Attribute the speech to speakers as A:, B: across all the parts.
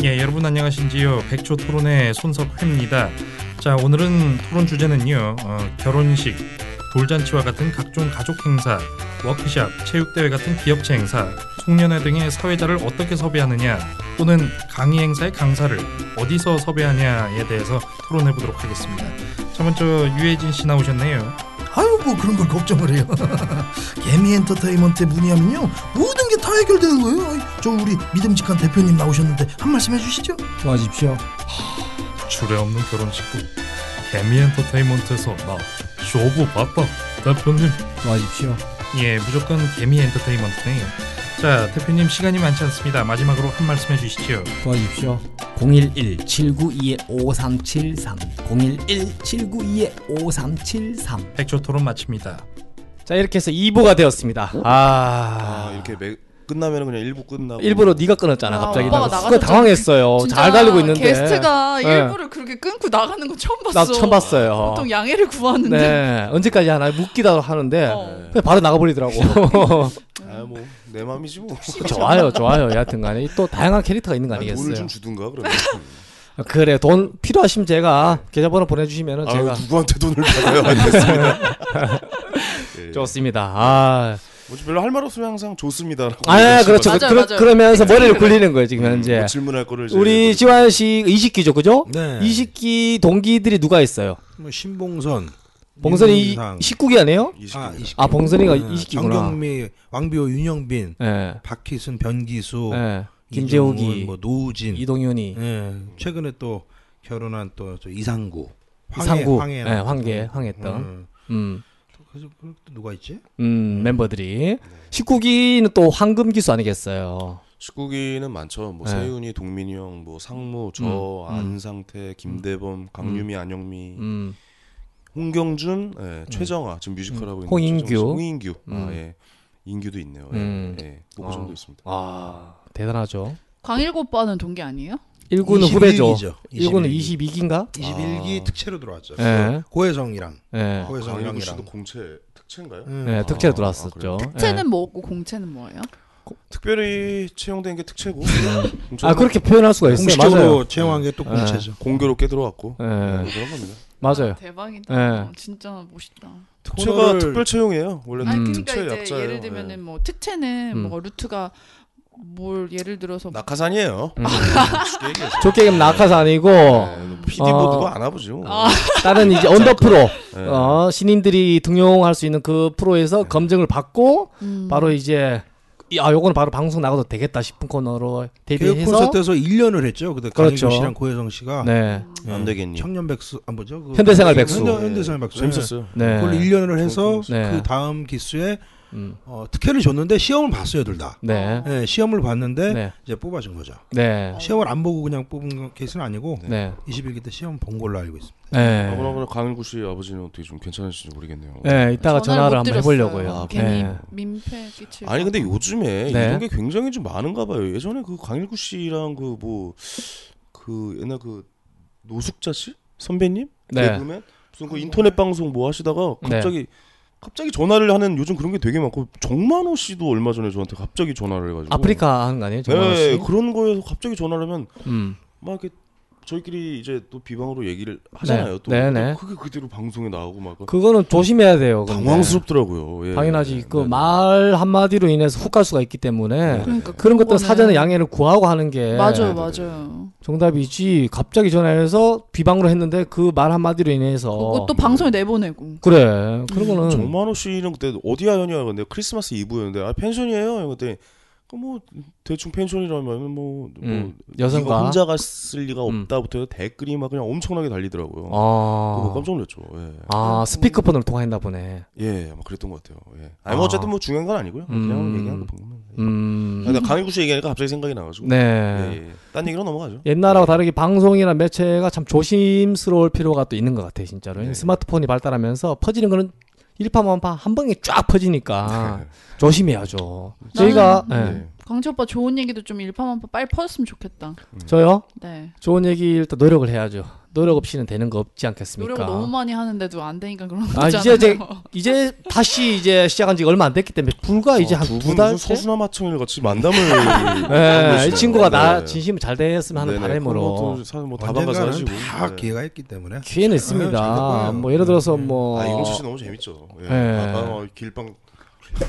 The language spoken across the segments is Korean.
A: 네, 여러분 안녕하신지요. 백초 토론의 손석회입니다. 자, 오늘은 토론 주제는요. 어, 결혼식, 돌잔치와 같은 각종 가족 행사, 워크샵, 체육대회 같은 기업체 행사, 송년회 등의 사회자를 어떻게 섭외하느냐, 또는 강의 행사의 강사를 어디서 섭외하냐에 대해서 토론해 보도록 하겠습니다. 자, 먼저 유해진 씨 나오셨네요.
B: 아유 뭐 그런 걸 걱정을 해요 개미 엔터테인먼트에 문의하면요 모든 게 다 해결되는 거예요 아이, 저 우리 믿음직한 대표님 나오셨는데 한 말씀 해주시죠
C: 도와주십시오.
A: 주례 없는 결혼식도 개미 엔터테인먼트에서 나 쇼부 봤다. 대표님
C: 도와주십시오.
A: 예, 무조건 개미 엔터테인먼트네요. 자, 대표님 시간이 많지 않습니다. 마지막으로 한 말씀 해주시죠.
C: 도와주십시오. 011-792-5373 011-792-5373
A: 백조 토론 마칩니다.
D: 자 이렇게 해서 2부가 되었습니다.
E: 어? 아
D: 아,
E: 이렇게 매, 끝나면은 그냥 일부 끝나고
D: 일부러 네가 끊었잖아 갑자기.
F: 아,
D: 나
F: 오빠가
D: 순간
F: 나가서
D: 당황했어요.
F: 진짜
D: 잘 달리고 있는데.
F: 게스트가
D: 네.
F: 일부를 그렇게 끊고 나가는 건 처음 봤어.
D: 나 처음 봤어요.
F: 보통 양해를 구하는데.
D: 네 언제까지 하나 묻기다 하는데
F: 어.
D: 그냥 바로 나가버리더라고.
E: 아뭐내 맘이지 뭐
D: 좋아요, 좋아요. 여하튼간에 또 다양한 캐릭터가 있는 거
E: 아니,
D: 아니겠어요?
E: 돈을 좀 주든가 그러면
D: 그래 돈 필요하시면 제가 계좌번호 보내주시면
E: 아유
D: 제가
E: 누구한테 돈을 받아요 안 됐습니다 예.
D: 좋습니다. 아,
E: 뭐 별로 할 말 없으면 항상 좋습니다라고
D: 아
E: 얘기하시거든요.
D: 그렇죠.
F: 맞아요,
D: 그러,
F: 맞아요.
D: 그러면서 머리를 굴리는 거예요 지금 현재.
E: 뭐 질문할 거를 이제
D: 우리 지환 씨 이식기죠, 그죠?
G: 네.
D: 이식기 동기들이 누가 있어요?
G: 뭐 신봉선,
D: 봉선이
G: 민문상.
D: 19기 아니에요?
E: 이십
G: 아,
E: 대.
G: 20기.
D: 아 봉선이가
G: 네,
D: 20기구나.
G: 정경미, 왕비호, 윤영빈,
D: 예.
G: 박희순, 변기수,
D: 예.
G: 이정훈,
D: 김재욱이,
G: 뭐 노우진,
D: 이동윤이,
G: 예, 최근에 또 결혼한 또저 이상구, 황해,
D: 이상구,
G: 황해,
D: 예, 황계, 황했던.
G: 음, 네.
D: 음.
G: 그래서 또 누가 있지?
D: 음, 멤버들이 19기는 또 황금 기수 아니겠어요.
E: 19기는 많죠. 뭐
D: 네.
E: 세윤이, 동민이 형, 뭐 상무, 저,
D: 음, 음.
E: 안상태, 김대범, 강유미, 안영미,
D: 음.
E: 홍경준, 예, 최정아 지금 뮤지컬 하고 있는
D: 음. 홍인규.
E: 최정아 씨. 홍인규,
D: 음.
E: 아, 예. 인규도 있네요. 예,
D: 음.
E: 예. 뭐그
D: 어.
E: 정도 있습니다.
D: 아, 대단하죠.
F: 광일고 오빠는 동기 아니에요?
D: 어? 1구는 후배죠.
G: 21기죠.
D: 1구는
G: 21기.
D: 22기인가?
G: 21기 특채로 들어왔죠.
D: 예.
G: 고혜성이랑
D: 예.
E: 네, 강일구 씨도
G: 고혜성이랑이랑.
E: 공채 특채인가요?
G: 음.
D: 예,
E: 아,
D: 특채로
E: 아,
D: 들어왔었죠.
F: 채는 뭐고 공채는 뭐예요?
E: 특별히 채용된 게 특채고 좀
D: 예. 아, 그렇게 표현할 수가 있어요. 맞아요.
G: 공식적으로 채용한 게 또 공채죠.
E: 공교롭게 들어왔고
D: 예.
E: 뭐 그런 겁니다.
D: 맞아요. 네. 예.
F: 대박이다. 어, 진짜 멋있다.
E: 특채가
G: 그 코너를-
E: 특별 채용이에요. 원래
D: 아니,
F: 아니
D: 음.
F: 그러니까
E: 특채
F: 이제
E: 약자예요. 네.
F: 예를 들면은 뭐 특채는
D: 음.
F: 뭐 루트가 뭘 예를 들어서
E: 예. 낙하산이에요.
D: 음.
E: 쉽게 얘기해서.
D: 좋게 얘기하면 낙하산이고
E: 예, PD 보드도
D: 어.
E: 안 하보죠. 뭐.
F: 아.
D: 다른 이제 언더 프로
E: 예.
D: 어, 신인들이 등용할 수 있는 그 프로에서 검증을 받고
F: 음.
D: 바로 이제 이- 아 요거는 바로 방송 나가도 되겠다 싶은 코너로
G: 개그
D: 데뷔해서
G: 콘서트에서 1년을 했죠. 그때
D: 그렇죠.
G: 강희준 씨랑 고혜성 씨가 음.
D: 네.
E: 안 되겠니?
G: 청년 백수 아 뭐죠? 그
D: 현대생활 백수.
G: 현대, 현대생활 백수.
E: 재밌었어요.
D: 네.
G: 그걸 1년을 해서
D: 네.
G: 그 다음 기수에
D: 음.
G: 어, 특혜를 줬는데 시험을 봤어요 둘 다.
D: 네.
G: 예, 시험을 봤는데
D: 네.
G: 이제 뽑아준 거죠.
D: 네.
G: 시험을 안 보고 그냥 뽑은 거- 케이스는 아니고
D: 네.
G: 21기 때 시험 본 걸로 알고 있습니다.
D: 네.
E: 아, 그러면 강일구 씨 아버지는 어떻게 좀 괜찮으신지 모르겠네요.
D: 네, 이따가 전화를
F: 못
D: 한번
F: 드렸어요.
D: 해보려고요.
E: 아,
F: 괜히
D: 네.
F: 민폐 끼칠.
E: 아니 근데 요즘에
D: 네.
E: 이런 게 굉장히 좀 많은가 봐요. 예전에 그 강일구 씨랑 그 뭐 그 옛날 그 노숙자 씨 선배님
D: 네.
E: 개그맨 무슨 그 인터넷 방송 뭐 하시다가
D: 네.
E: 갑자기 갑자기 전화를 하는 요즘 그런 게 되게 많고 정만호 씨도 얼마 전에 저한테 갑자기 전화를 해가지고
D: 아프리카 하는 거 아니에요? 정말
E: 네
D: 씨?
E: 그런 거에서 갑자기 전화를 하면
D: 음.
E: 막 이렇게 저희끼리 이제 또 비방으로 얘기를 하잖아요. 또
D: 네, 네.
E: 그게 그대로 방송에 나오고 막
D: 그거는 조심해야 돼요. 근데.
E: 당황스럽더라고요. 예.
D: 당연하지.
E: 네, 네.
D: 그 말 한마디로 인해서 훅 갈 수가 있기 때문에
F: 그러니까
D: 그런 것들
F: 그거는-
D: 사전에 양해를 구하고 하는 게
F: 맞아요, 맞아요.
D: 정답이지 갑자기 전화해서 비방으로 했는데 그 말 한마디로 인해서
F: 그거 또 방송에 내보내고.
D: 그래 그런 거는
E: 음. 정만호 씨는 그때 어디 하연이야 근데 크리스마스 이브였는데 아 펜션이에요. 그때 그뭐 대충 펜션이라면 뭐,
D: 음,
E: 뭐
D: 여성과
E: 네가 혼자 갔을 리가
D: 음.
E: 없다부터 해서 댓글이 막 그냥 엄청나게 달리더라고요. 그거
D: 아,
E: 깜짝 놀랐죠. 예.
F: 음.
D: 아 스피커폰으로 통화했나 보네
E: 예, 아마 그랬던 것 같아요. 예. 아니 뭐
D: 아.
E: 어쨌든 뭐 중요한 건 아니고요.
D: 음.
E: 그냥 얘기한 거 보면. 예. 아,
D: 음네 네.
E: 근데 강일구 씨 얘기하니까 갑자기 생각이 나가지고. 예, 예. 딴 얘기로 넘어가죠.
D: 옛날하고 다르게 방송이나 매체가 참 조심스러울 필요가 또 있는 것 같아 진짜로
E: 네.
D: 스마트폰이 발달하면서 퍼지는 거는
E: 네.
D: 일파만파 한 방에 쫙 퍼지니까 조심해야죠
F: 나는-
D: 저희가 아, 예.
E: 예.
F: 광채 오빠 좋은 얘기도 좀 일파만파 빨리 퍼졌으면 좋겠다.
D: 저요?
F: 네.
D: 좋은 얘기 일단 노력을 해야죠. 노력 없이는 되는 거 없지 않겠습니까?
F: 노력 을 너무 많이 하는데도 안 되니까 그런
D: 아,
F: 거잖아요.
D: 이제 이제 다시 이제 시작한 지 얼마 안 됐기 때문에
E: 어,
D: 불과 아, 이제 한 두 달째.
E: 서수나 마청일 같이 만담을.
D: 예,
E: 하고
D: 이
E: 계시네요.
D: 친구가 나
E: 네.
D: 진심을 잘 됐으면 하는
E: 네네, 그런
D: 바람으로
E: 것도 사실 뭐다
G: 언젠가는
E: 박아가지고. 네.
G: 다
D: 네.
G: 기회가 있기 때문에 잘
D: 기회는
G: 될
D: 있습니다.
G: 거예요.
D: 뭐 예를 들어서 뭐
E: 아 이용철 씨 너무 재밌죠. 예.
D: 예.
E: 아, 아, 길방.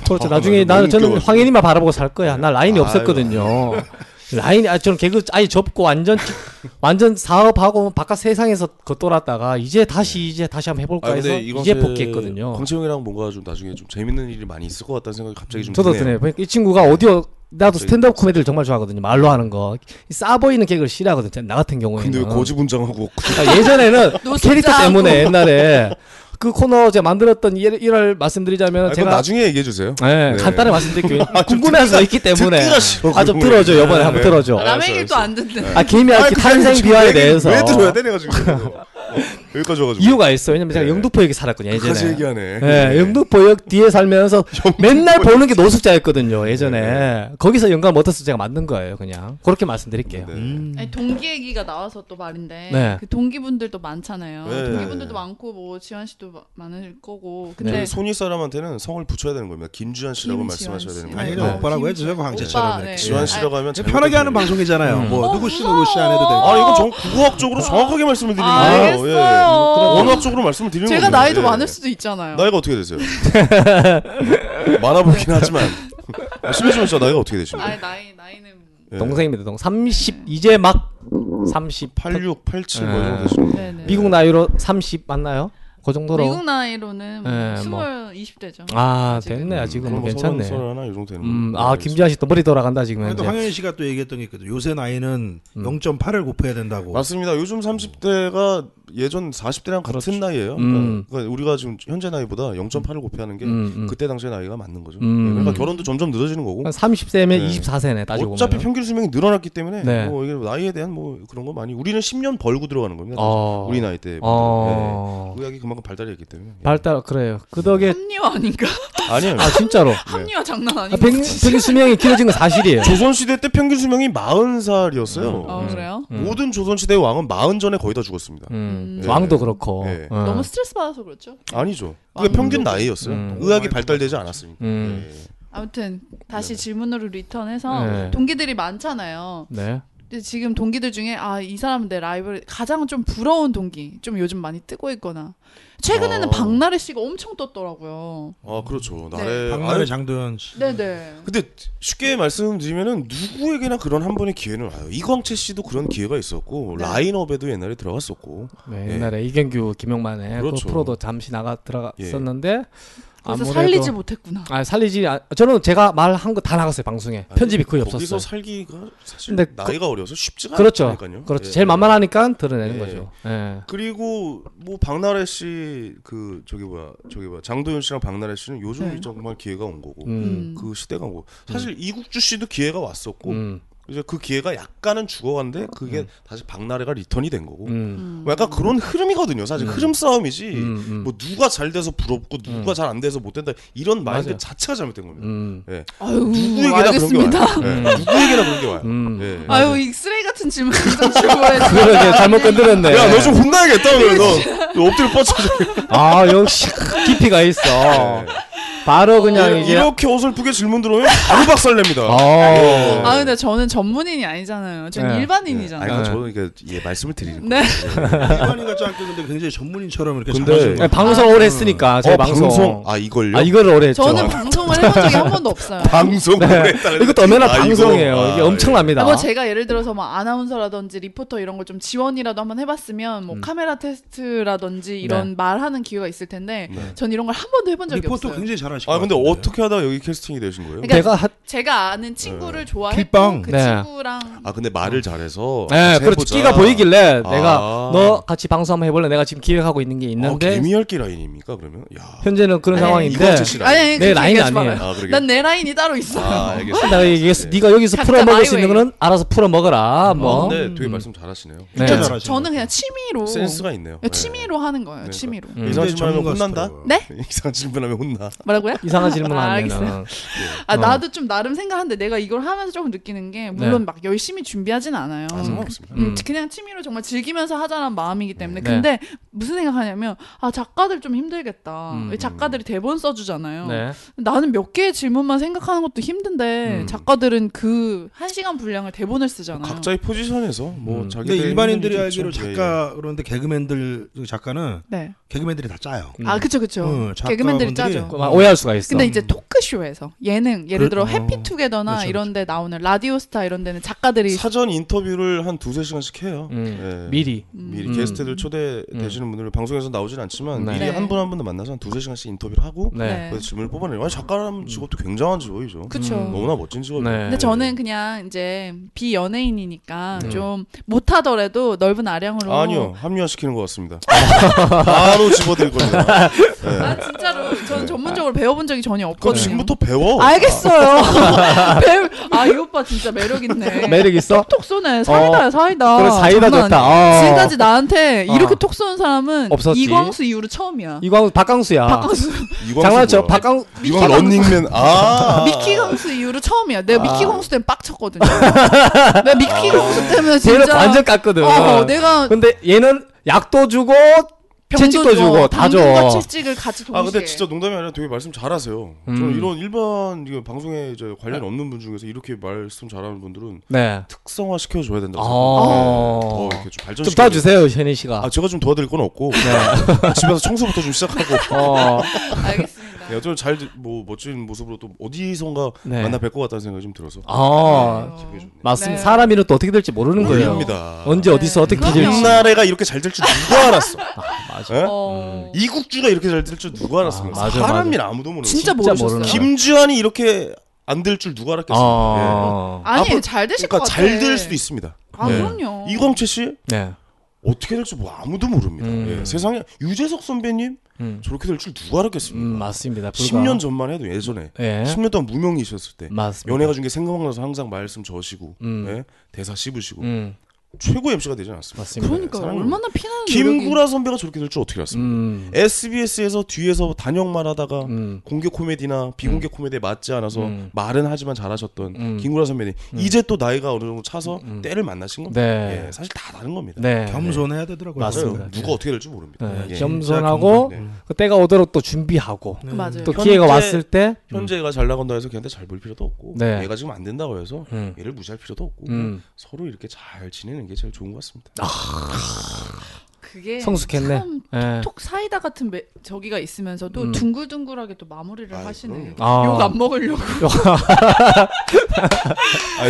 D: 그렇죠.
E: 아,
D: 나중에
E: 너무
D: 나는 저는
E: 웃겨가지고.
D: 황현이만 바라보고 살 거야. 나 라인이
E: 아유.
D: 없었거든요. 라인이 아 저는 개그 아예 접고 완전 찌- 완전 사업하고 뭐 바깥 세상에서 겉돌았다가 이제 다시 이제 다시 한번 해볼까 해서
E: 아, 이광재-
D: 이제 복귀했거든요.
E: 광채 형이랑 뭔가 좀 나중에 좀 재밌는 일이 많이 있을 것 같다는 생각이 갑자기 좀
D: 저도 드네요. 그러니까 이 친구가 오디오 나도
E: 갑자기
D: 스탠드업 코미디를 정말 좋아하거든요. 말로 하는 거. 싸 보이는 개그를 싫어하거든요. 나 같은 경우에는.
E: 근데 왜 고지분장하고
D: 그러니까 예전에는
F: 노숙자
D: 캐릭터
F: 하고.
D: 때문에 옛날에 그 코너 제가 만들었던 일, 일화를 말씀드리자면
E: 아, 그건
D: 제가
E: 나중에 얘기해 주세요.
D: 네,
E: 네.
D: 간단히 말씀드릴게요. 궁금해할 수가 있기 때문에.
E: 듣기가 싫어,
D: 아 좀
E: 궁금해.
D: 들어줘. 이번에 한번
E: 네.
D: 들어줘.
E: 알았어,
F: 남의
E: 알았어.
F: 얘기를 또안 듣네.
D: 아 개미알기
E: 그
D: 탄생
E: 얘기
D: 비화에
E: 왜
D: 대해서
E: 왜 들어야 돼 내가 지금 어, 여기까지 와가지고
D: 이유가 있어. 왜냐면 제가
E: 네.
D: 영등포 역에 살았거든요.
E: 끝까지
D: 예전에.
E: 얘기하네.
D: 예, 영등포역 뒤에 살면서 맨날 보는 게 노숙자였거든요. 예전에
E: 네,
D: 거기서 영감 못해서 제가 만든 거예요. 그냥 그렇게 말씀드릴게요. 음.
E: 네.
F: 아니, 동기 얘기가 나와서 또 말인데
D: 네.
F: 그 동기분들도 많잖아요.
E: 네.
F: 동기분들도 많고 뭐 지환 씨도 마- 많을 거고. 근데
D: 네.
E: 저희 손이 사람한테는 성을 붙여야 되는 겁니다. 김주현 씨라고
F: 김지환
E: 말씀하셔야
F: 씨.
E: 되는
G: 아니,
E: 겁니다.
G: 그냥
F: 네.
G: 오빠라고 해도
F: 김-
G: 되고, 광재처럼
F: 오빠,
G: 이렇게.
D: 예.
F: 네.
E: 지환 씨라고 하면
G: 그냥 편하게 하는
E: 잘못된
G: 방송이잖아요. 뭐
F: 어,
G: 누구 씨
F: 무서워.
G: 누구 씨 안 해도 되고.
E: 음. 아 이건 정 국어학적으로 정확하게 말씀을 드리는
F: 아,
E: 거예요.
F: 알겠어요.
E: 예. 언어학적으로 말씀을 드리는
F: 제가
E: 거예요.
F: 나이도
E: 예.
F: 많을 수도 있잖아요.
E: 나이가 어떻게 되세요? 많아 보긴 하지만 아, 심해지면 진짜 나이가 어떻게 되십니까?
F: 아 나이 나이는
E: 예.
D: 동생입니다. 동. 30 이제 막 30.
E: 86, 87, 뭐
D: 예.
E: 이런 되시는 거.
F: 네네.
D: 미국 나이로 30 맞나요? 그 정도로.
F: 미국 나이로는
D: 네,
F: 스물
D: 뭐.
F: 20대죠.
D: 아
F: 지금.
D: 됐네. 지금 뭐 괜찮네.
E: 음, 서른 하나 이 정도 되는 네,
D: 음,
E: 거예요.
D: 아 김지한 씨 또 머리 돌아간다 지금
G: 그래도
E: 네.
D: 현재.
G: 황현희 씨가 또 얘기했던 게 있거든. 요새 나이는 0.8을 곱해야 된다고.
E: 음. 맞습니다. 요즘 30대가 예전 40대랑 같은 나이예요.
D: 음.
E: 그러니까, 그러니까 우리가 지금 현재 나이보다 0.8을 곱해하는 게
D: 음, 음.
E: 그때 당시의 나이가 맞는 거죠.
D: 음.
E: 예, 그러니까 결혼도 점점 늦어지는 거고.
D: 한 30세면
E: 네.
D: 24세네 따지고
E: 어차피
D: 보면.
E: 평균 수명이 늘어났기 때문에
D: 네.
E: 뭐 이게 나이에 대한 뭐 그런 거 많이 우리는 10년 벌고 들어가는 겁니다.
D: 어.
E: 우리 나이 때.
D: 어.
E: 네. 의학이 그만큼 발달했기 때문에. 예.
D: 발달 그래요. 그 덕에
F: 합리화 아닌가?
E: 아니에요.
D: 아 진짜로.
E: 네.
F: 합리화 장난
D: 아,
F: 아닌가?
D: 평균 평균 수명이 길어진 건 사실이에요.
E: 조선 시대 때 평균 수명이 40살이었어요.
F: 어 그래요?
E: 모든 조선 시대의 왕은 40 전에 거의 다 죽었습니다.
D: 음,
E: 네.
D: 왕도 그렇고.
E: 네.
D: 어.
F: 너무 스트레스 받아서 그렇죠.
E: 아니죠.
F: 왕은
E: 그게 평균 나이였어요.
D: 음.
E: 의학이 발달되지 않았으니까.
D: 음.
E: 예.
F: 아무튼 다시 질문으로 리턴해서
D: 네.
F: 동기들이 많잖아요.
D: 네.
F: 근데 지금 동기들 중에 아 이 사람은 내 라이벌 가장 좀 부러운 동기 좀 요즘 많이 뜨고 있거나
D: 어.
F: 최근에는
E: 아.
F: 박나래 씨가 엄청 떴더라고요.
E: 아 그렇죠.
D: 네,
E: 나래.
G: 박나래
E: 아유,
G: 장도연 씨.
F: 네네.
E: 근데 쉽게 말씀드리면은 누구에게나 그런 한 번의 기회는 와요. 이광채 씨도 그런 기회가 있었고
F: 네.
E: 라인업에도 옛날에 들어갔었고.
D: 네,
E: 예.
D: 옛날에 이경규 김용만의
E: 그렇죠. 예.
D: 그 프로도 잠시 나가 들어갔었는데
F: 그래서
D: 아무래도
F: 살리지 뭐. 못했구나.
D: 아 살리지 아, 저는 제가 말한 거 다 나갔어요 방송에 편집이 거의
E: 거기서
D: 없었어요.
E: 살기가 사실
D: 근데 그
E: 나이가 어려서 쉽지가
D: 그렇죠.
E: 않으니까요.
D: 그렇죠.
E: 예.
D: 제일 만만하니까 드러내는
E: 예.
D: 거죠. 예.
E: 그리고 뭐 박나래 씨 그 저기 뭐야 저기 뭐야 장도연 씨랑 박나래 씨는 요즘
F: 네.
E: 정말 기회가 온 거고
D: 음.
E: 그 시대가 온 거고 사실 이국주 씨도 기회가 왔었고
D: 음.
E: 이제 그 기회가 약간은 죽어갔는데 그게 다시 박나래가 리턴이 된 거고
D: 음.
E: 뭐 약간 그런 흐름이거든요 사실 흐름 싸움이지
D: 음, 음.
E: 뭐 누가 잘 돼서 부럽고 누가 잘 안 돼서 못 된다 이런 마인드
D: 맞아요.
E: 자체가 잘못된 겁니다.
D: 음.
E: 예.
F: 아유
E: 누구에게나 그런 게
F: 알겠습니다.
E: 와요. 예. 누구에게나 그런 게 와요.
D: 음.
E: 예.
F: 아유 이 쓰레기 같은 질문 진짜 주고해.
D: 그러게 잘못 건드렸네.
E: 야 너 좀 혼나야겠다 오늘 너 엎드려 뻗쳐줘.
D: 아 역시 깊이가 있어.
E: 네.
D: 바로 그냥 이게
E: 이렇게 어설프게 질문 들어오면 바로 박살냅니다. 예. 네.
D: 어.
F: 아 근데 저는 전문인이 아니잖아요. 저는
D: 네.
E: 아니
F: 일반인이잖아요.
E: 그러니까 저는 이게 예, 말씀을 드리는
F: 네.
G: 일반인 같지 않게 근데 굉장히 전문인처럼 이렇게
E: 근데-
G: 잘하시는
D: 네,
G: 거.
D: 방송
E: 아.
D: 오래 했으니까
E: 거예요.
D: 저희 어, 방송.
E: 아 이걸요? 아,
D: 아 이거를 오래 했죠.
F: 저는 방송을 해본 적이 한 번도 없어요.
E: 방송 오래 했다는
D: 네. 이것도 얼마나
E: 아, 이거.
D: 방송이에요.
E: 아,
D: 이게
E: 예.
D: 엄청납니다.
F: 뭐 제가 예를 들어서 뭐 아나운서라든지 리포터 이런 걸 좀 지원이라도 한번 해봤으면 뭐 카메라 테스트라든지 이런 말하는 기회가 있을 텐데
D: 네.
F: 전 이런 걸 한 번도 해본 적이
G: 리포트
F: 없어요.
G: 굉장히 잘하시고.
E: 네. 아 근데 어떻게 하다가 여기 캐스팅이 되신 거예요?
F: 그러니까
D: 내가
E: 어,
D: 하,
F: 제가 아는 친구를 좋아했고
G: 길빵.
F: 그
D: 네.
F: 친구랑
E: 아 근데 말을 잘해서
D: 네,
E: 같이
D: 그렇죠.
E: 해보자.
D: 끼가 보이길래
E: 아.
D: 내가 너 같이 방송 한번 해볼래? 내가 지금 기획하고 있는 게
E: 아,
D: 있는데
E: 개미열기 라인입니까 그러면? 야.
D: 현재는 그런
F: 아니,
D: 상황인데
E: 이광재 씨 라인.
F: 아니, 아니
D: 내
F: 그렇게
D: 라인은 안 아니에요.
E: 아 그러게.
F: 난내 라인이 따로 있어.
E: 아
F: 요
E: 알겠습니다.
D: 내가 얘기했어. 네가 여기서
F: 각자
D: 풀어 먹을 수
F: 나이웨이.
D: 있는 거는 알아서 풀어 먹어라.
E: 아,
D: 뭐.
E: 근데 되게
D: 음.
E: 말씀 잘하시네요.
D: 네.
G: 진짜 잘하시네.
F: 저는 그냥 취미로
E: 센스가 있네요.
F: 그냥 취미로 하는 거예요.
E: 네,
F: 취미로.
D: 음.
E: 이상한 질문하면 혼난다.
G: 전문가시더라고요.
F: 네?
E: 이상한 질문하면 혼나.
F: 뭐라고요?
D: 이상한 질문
F: 아,
D: 안
F: 알겠어요.
D: 해요.
F: 아
D: 어.
F: 나도 좀 나름 생각하는데 내가 이걸 하면서 조금 느끼는 게 물론 막 열심히 준비하진 않아요.
E: 아, 상관없습니다.
D: 음.
F: 음, 그냥 취미로 정말 즐기면서 하자는 마음이기 때문에
D: 네.
F: 근데 무슨 생각하냐면 아 작가들 좀 힘들겠다
D: 음.
F: 왜 작가들이 대본 써주잖아요
D: 네.
F: 나는 몇 개의 질문만 생각하는 것도 힘든데
D: 음.
F: 작가들은 그 한 시간 분량을 대본을 쓰잖아요
E: 각자의 포지션에서 뭐
D: 음.
E: 자기
G: 근데 일반인들이 알기로 작가 그런데 개그맨들 작가는
F: 네.
G: 개그맨들이 다 짜요.
E: 네.
D: 음.
F: 아 그쵸 그쵸
G: 음, 작가분들이
F: 개그맨들이 짜죠
D: 그거 막 아, 오해할 수가 있어.
F: 근데 이제 토크쇼에서 예능 예를
G: 그래-
F: 들어
G: 어.
F: 해피투게더나
G: 그렇죠,
F: 이런 데 나오는 라디오스타 이런 데는 작가들이
E: 사전 인터뷰를 한 두세 시간씩 해요.
D: 음.
E: 예.
D: 미리.
F: 음.
E: 미리
D: 음.
E: 게스트들 초대되시는 분들을 방송에서 나오진 않지만
D: 네.
E: 미리
F: 네.
E: 한 분 한 분 만나서 한 두세 시간씩 인터뷰를 하고
D: 네.
E: 그래서 질문을 뽑아내요. 아니, 작가라는 직업도 굉장한 직업이죠.
F: 그쵸
D: 음.
E: 너무나 멋진 직업이에요.
D: 네.
F: 근데 저는 그냥 이제 비연예인이니까
D: 음.
F: 좀 못하더라도 넓은 아량으로
D: 어.
E: 아니요 합리화시키는 것 같습니다. 바로 집어들 겁니다.
D: 네.
F: 아 진짜로 저는 전문적으로 배워본 적이 전혀
E: 그거
F: 없거든요.
E: 지금부터
D: 뭐.
E: 배워.
D: 아,
F: 알겠어요. 배우... 아이 오빠 진짜 매력 있네.
D: 매력 있어?
F: 톡 쏘네 사이다야 사이다.
D: 그래 사이다
F: 장난
D: 됐다.
F: 아니야.
D: 어.
F: 지금까지 나한테
D: 어.
F: 이렇게 톡 쏘는 사람은
D: 없었지.
F: 이광수 이후로 처음이야.
D: 이광 아. 박강수야.
F: 박광수
E: 이광수
D: 장난쳐.
E: 뭐야?
D: 박강
E: 이광 런닝맨. 아
F: 미키 광수 이후로 처음이야.
D: 아.
F: 내가 미키 광수 때문에 빡쳤거든요. 내가 미키
D: 아.
F: 광수
D: 쟤는
F: 때문에 진짜
D: 완전 깠거든.
F: 어 내가
D: 근데 얘는 약도 주고 채찍도 주고 다 줘.
F: 당근과 뭐 채찍을 같이 동시에.
E: 아 근데 진짜 농담이 아니라 되게 말씀 잘하세요.
D: 음. 아.
E: 저는 이런 일반 이거 방송에 이제 관련 없는 분 중에서 이렇게 말씀 잘하는 분들은
D: 네.
E: 특성화 시켜줘야 된다고
D: 아.
E: 생각해요. 더 이렇게 좀 발전.
D: 좀 도와주세요 네. 현희 씨가.
E: 아 제가 좀 도와드릴 건 없고 아, 집에서 청소부터 좀 시작하고.
D: 어.
F: 알겠습니다.
E: 예, 저는 잘뭐 멋진 모습으로 또 어디선가
D: 네.
E: 만나 뵐 것 같다는 생각이 좀 들어서.
D: 아.
F: 네.
E: 기분이 좋네요.
D: 맞습니다.
F: 네.
D: 사람이는 또 어떻게 될지 모르는 거예요.
E: 모릅니다.
D: 언제
F: 네.
D: 어디서 어떻게
F: 그럼요.
D: 될지.
E: 옛날에가 이렇게 잘 될 줄 누가 알았어?
D: 맞아.
E: 예?
F: 어...
E: 이국주가 이렇게 잘 될 줄 누가 알았습니까?
D: 아, 맞아,
E: 사람이 아무도 모르고
F: 진짜
D: 진짜
F: 모르셨어요.
D: 모르는 거야.
E: 김주한이 이렇게 안 될 줄 누가 알았겠어요?
D: 어.
F: 아니
E: 앞으로-
F: 잘 되실 것
E: 그러니까
F: 같아.
E: 잘 될 수도 있습니다.
F: 아
D: 네.
F: 그럼요.
E: 이광채 씨
D: 네.
E: 어떻게 될지 뭐 아무도 모릅니다.
D: 음.
E: 예, 세상에 유재석 선배님
D: 음.
E: 저렇게 될 줄 누가
D: 음,
E: 알았겠습니까?
D: 맞습니다. 불과-
E: 10년 전만 해도 예전에
D: 예.
E: 10년 동안 무명이셨을 때
D: 맞습니다.
E: 연예가 중에 생각나서 항상 말씀 저시고
D: 음.
E: 예, 대사 씹으시고
D: 음.
E: 최고 의 MC가 되지 않았습니까?
D: 맞습니다.
F: 그러니까
E: 사람이-
F: 얼마나 피나는 노력이-
E: 김구라 선배가 저렇게 될 줄 어떻게 알았습니까?
D: 음.
E: SBS에서 뒤에서 단역만 하다가
D: 음.
E: 공개 코미디나 비공개 코미디에 맞지 않아서
D: 음.
E: 말은 하지만 잘하셨던
D: 음.
E: 김구라 선배님 이제 또 나이가 어느 정도 차서
D: 음.
E: 때를 만나신 겁니다.
D: 네.
E: 예, 사실 다 다른 겁니다.
D: 네.
G: 겸손해야 되더라고요.
E: 맞아요.
D: 맞습니다.
E: 누가 어떻게 될지 모릅니다.
D: 네.
E: 예.
D: 겸손하고
E: 네.
D: 그 때가 오도록 또 준비하고
F: 맞아요.
D: 또
E: 현재-
D: 기회가 왔을 때
E: 현재가 잘 나간다 해서 걔한테 잘 볼 필요도 없고
D: 네.
E: 얘가 지금 안 된다고 해서
D: 음.
E: 얘를 무시할 필요도 없고
D: 음. 아.
E: 서로 이렇게 잘 지내는 게 제일 좋은 것 같습니다.
F: 그게
D: 성숙했네.
F: 참
D: 예.
F: 톡 사이다 같은 매, 저기가 있으면서도
D: 음.
F: 둥글둥글하게 또 마무리를
E: 아,
F: 하시네.
D: 아.
F: 욕 안 먹으려고
E: 아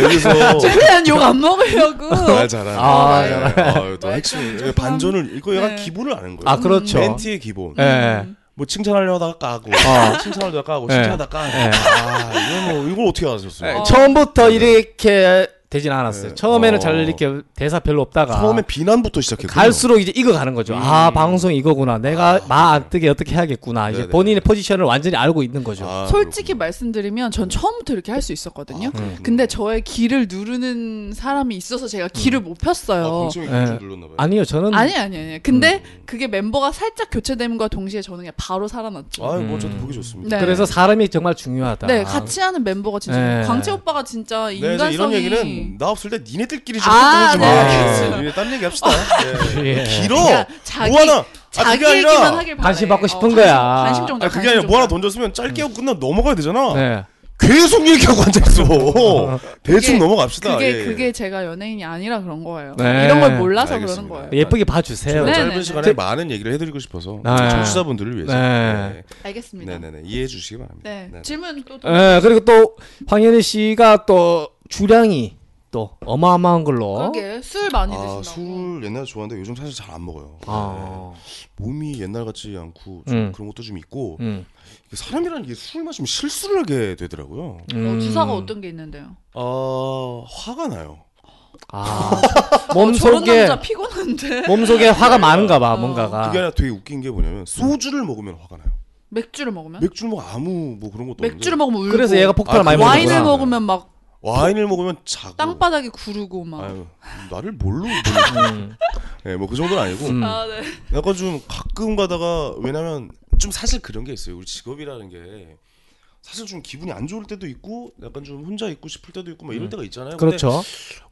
E: 여기서
D: 어.
F: 최대한 욕 안 먹으려고.
E: 잘 잘하.
D: 아,
E: 네. 또
F: 아,
E: 핵심 이거 반전을 이거
F: 네.
E: 약간 기본을 아는 거예요.
D: 아, 그렇죠.
E: 멘트의 기본.
D: 예.
E: 뭐 칭찬하려다가 까고
D: 어.
E: 칭찬하려다가 까고
D: 네.
E: 칭찬하다가 까고 아 이거 뭐 이걸 어떻게 아셨어요?
F: 어.
D: 처음부터 이렇게 되진 않았어요.
E: 네.
D: 처음에는
E: 어.
D: 잘 이렇게 대사 별로 없다가
E: 처음에 비난부터 시작했고
D: 아. 갈수록 이제 익어가는 거죠. 아 방송 이거구나. 내가
E: 음. 아.
D: 마 안 뜨게 어떻게 해야겠구나. 이제
E: 네네. 아,
D: 본인의 포지션을 완전히 알고 있는 거죠.
F: 솔직히 말씀드리면 전 처음부터 이렇게 할 수 있었거든요.
E: 음.
F: 근데 저의 기를 누르는 사람이 있어서 제가
E: 음.
F: 기를 못 폈어요.
E: 방송이
D: 예.
E: 좀 눌렀나 봐요.
D: 아니요, 저는
F: 아니 아니 아니. 근데
E: 음.
F: 그게 멤버가 살짝 교체됨과 동시에 저는 그냥 바로 살아났죠.
E: 아유 뭐 저도 보기 좋습니다.
F: 네.
D: 음. 그래서 사람이 정말 중요하다.
F: 네, 같이 하는 멤버가 진짜
D: 네.
F: 광채 오빠가 진짜
E: 아, 네, 이제
F: 인간성이
E: 이런 얘기는 나 없을 때 니네들끼리 좀
F: 아,
E: 좀
F: 네,
E: 아,
F: 알겠어요.
E: 니네 딴 얘기 합시다. 예.
D: 예.
E: 길어.
F: 그러니까 자기
E: 뭐 하나. 아,
F: 자기
E: 그게
F: 얘기만
E: 아니라.
F: 하길 바래.
D: 관심 받고 싶은
F: 관심-
D: 거야.
F: 관심 정도.
E: 아 그게 아니라 뭐 하나 던졌으면
F: 음.
E: 짧게 하고 끝나 넘어가야 되잖아.
D: 네.
E: 계속 얘기하고 앉아 있어. 대충
F: 그게-
E: 넘어갑시다.
F: 그게
E: 예.
F: 그게 제가 연예인이 아니라 그런 거예요.
D: 네.
F: 이런 걸 몰라서
E: 알겠습니다.
F: 그러는 거예요.
D: 예쁘게 봐주세요.
E: 저는
F: 네.
E: 짧은
F: 네네네.
E: 시간에
D: 제-
E: 많은 얘기를 해드리고 싶어서
D: 네.
E: 청취자분들을 위해서
D: 네.
F: 알겠습니다.
E: 네.
F: 네,
E: 네, 네, 이해해 주시기 바랍니다. 네.
F: 질문 또
D: 예, 그리고 또 황현희 씨가 또 주량이 또 어마어마한 걸로.
F: 그러게 술 많이
E: 아,
F: 드신다고.
E: 술 옛날에 좋아하는데 요즘 사실 잘 안 먹어요.
D: 아,
E: 네. 몸이 옛날 같지 않고 좀
D: 음.
E: 그런 것도 좀 있고
D: 음,
E: 사람이라는 게 술 마시면 실수를 하게 되더라고요.
F: 어,
D: 음.
F: 주사가 어떤 게 있는데요?
E: 아 화가 나요.
D: 아,
F: 어, 저런
D: 몸속에
F: 남자 피곤한데.
D: 몸속에 화가 많은가 봐
F: 어.
D: 뭔가가.
E: 그 그게 아니라 되게 웃긴 게 뭐냐면 소주를 먹으면 화가 나요.
F: 맥주를 먹으면?
E: 맥주를 먹 아무 뭐 그런 것도
F: 어? 맥주를
E: 없는데
F: 먹으면 울고
D: 그래서 얘가 폭탄을
E: 아,
D: 많이
E: 그거
D: 먹는 거구나.
F: 와인을
E: 먹-
F: 먹으면 막
E: 와인을 먹으면 자고
F: 땅바닥이 구르고 막.
E: 아유, 나를 뭘로
D: 음.
E: 예뭐 그 정도는 아니고
D: 음.
F: 아, 네.
E: 약간 좀 가끔 가다가 왜냐면 좀 사실 그런 게 있어요. 우리 직업이라는 게 사실 좀 기분이 안 좋을 때도 있고 약간 좀 혼자 있고 싶을 때도 있고 막
F: 음.
E: 이럴 때가 있잖아요. 근데
D: 그렇죠.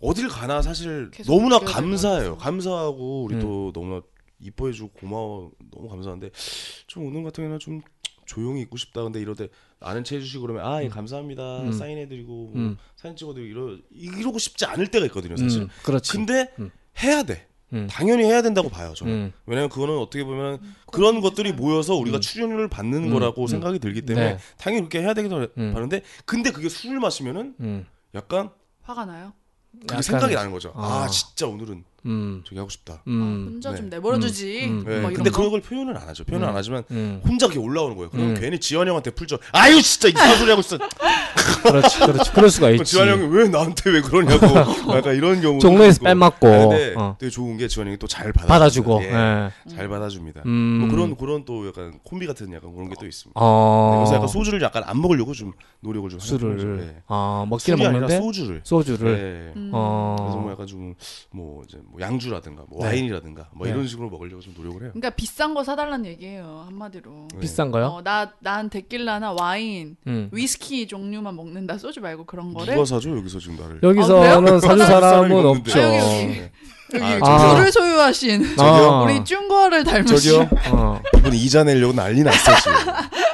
E: 어딜 가나 사실
F: 계속
E: 너무나
F: 느껴야 될것
E: 감사해요.
F: 같아서.
E: 감사하고 우리 또
D: 음.
E: 너무나 이뻐해주고 고마워 너무 감사한데 좀 오늘 같은 경우는 좀 조용히 있고 싶다 근데 이럴 때 아는 체 해주시고 그러면 아 예 감사합니다
D: 음.
E: 사인해드리고 뭐
D: 음.
E: 사진 찍어드리고 이러, 이러고 싶지 않을 때가 있거든요 사실
D: 음, 그렇지.
E: 근데
D: 음.
E: 해야 돼
D: 음.
E: 당연히 해야 된다고 봐요 저는
D: 음.
E: 왜냐면 그거는 어떻게 보면 그런 것들이 모여서 우리가
D: 음.
E: 출연료를 받는
D: 음.
E: 거라고
D: 음.
E: 생각이 들기 때문에
D: 네.
E: 당연히 그렇게 해야 되긴
D: 음.
E: 하는데 근데 그게 술을 마시면은
D: 음.
E: 약간
F: 화가 나요.
E: 그게
D: 약간-
E: 생각이 나는 거죠. 아
D: 아.
E: 진짜 오늘은
D: 음.
E: 저기 하고 싶다.
F: 아,
D: 음.
F: 혼자
E: 네.
F: 좀 내버려주지.
D: 음, 음,
E: 네,
F: 막 이런
E: 근데
F: 거.
E: 그걸 표현은 안 하죠. 표현은
D: 음.
E: 안 하지만
D: 음.
E: 혼자 그게 올라오는 거예요. 그럼
D: 음.
E: 괜히 지환 형한테 풀죠. 아유 진짜 이상한 소리 하고 있어.
D: 그렇지. 그렇지. 그럴 수가
E: 그럼
D: 있지.
E: 지환 형이 왜 나한테 왜 그러냐고 약간 이런 경우.
D: 종로에서 빼맞고
E: 아, 근데
D: 어.
E: 되게 좋은 게 지환 형이 또 잘 받아
D: 받아주고.
E: 예,
D: 예.
E: 잘 받아줍니다.
D: 음.
E: 뭐 그런 그런 또 약간 콤비 같은 약간 그런 게 또 있습니다. 네,
D: 어.
E: 그래서 약간 소주를 약간 안 먹으려고 좀 노력을 좀 하는 편이죠.
D: 술을
E: 네.
D: 아 먹기는
E: 술이 아니라
D: 먹는데
E: 소주를.
D: 소주를
E: 네.
F: 음.
D: 어.
E: 그래서 뭐 약간 좀 뭐 이제 뭐 양주라든가 뭐
D: 네.
E: 와인이라든가 뭐
D: 네.
E: 이런 식으로 먹으려고 좀 노력을 해요.
F: 그러니까 비싼 거 사달라는 얘기예요 한마디로.
E: 네.
D: 비싼 거요?
F: 어, 나난 데킬라나 와인,
D: 음.
F: 위스키 종류만 먹는다. 소주 말고 그런 거를.
E: 누가 사줘 여기서 지금 나를?
F: 아, 그래요?
D: 여기서는 사준
E: 사람이
D: 사람은
E: 없는데.
D: 없죠.
F: 아, 여기, 여기. 여기
E: 아,
D: 아.
F: 조를 소유하신
D: 아.
F: 우리 쭌거를 닮으신.
E: 저기요
D: 어.
E: 이분 이자 내려고 난리 났어 지금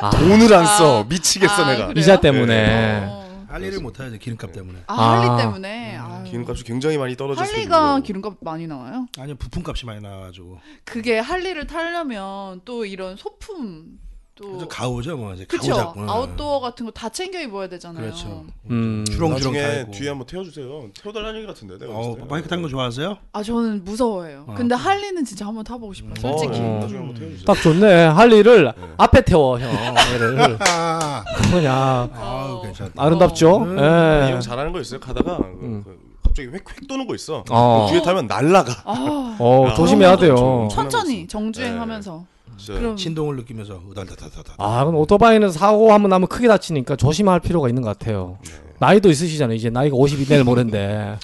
D: 아.
E: 돈을 안 써
F: 아.
E: 미치겠어
F: 아,
E: 내가
F: 그래요?
D: 이자 때문에
E: 예.
F: 어.
G: 할일을 못하죠 기름값
E: 네.
G: 때문에.
F: 아,
D: 네. 아.
F: 할리 때문에. 아유.
E: 음, 기름값이 굉장히 많이 떨어졌어요.
F: 할리가 기름값 많이 나와요?
G: 아니요 부품값이 많이 나와가지고.
F: 그게 할리를 타려면 또 이런 소품 또
G: 그래서 가오죠 뭐 이제
F: 어. 그쵸
G: 가오작. 응.
F: 아웃도어 같은 거 다 챙겨 입어야 되잖아요.
G: 그렇죠.
D: 음.
G: 주렁주렁 다
E: 나중에
G: 있고.
E: 뒤에 한번 태워주세요. 태워달라는 얘기 같은데 내가
G: 어,
E: 봤을 때.
G: 마이크 탄 거 좋아하세요?
F: 아 저는 무서워해요.
G: 아,
F: 근데 할리는 진짜 한번 타보고 싶어요.
E: 어,
F: 솔직히.
E: 네.
D: 어.
E: 나중에 한번 태워주세요.
D: 딱 좋네. 할 일을
E: 네.
D: 앞에 태워 형. 얘를
G: 아,
F: 어.
D: 그냥
G: 아우 괜찮다.
D: 아름답죠.
G: 음.
E: 이
D: 예.
E: 형 잘하는 거 있어요. 가다가 그-
D: 음.
E: 그 갑자기 획, 획 도는 거 있어.
D: 어.
E: 그 뒤에 타면 날라가.
F: 아,
D: 어
E: 야,
D: 조심해야
E: 그런
D: 돼요.
E: 것도 좀-
F: 천천히 정주행하면서
E: 진짜
F: 그럼
G: 진동을 느끼면서 우달다다다다.
D: 아, 그럼 오토바이는 사고 한번 나면 크게 다치니까 조심할 필요가 있는 것 같아요. 나이도 있으시잖아요. 이제 나이가 50이 내일 모른데.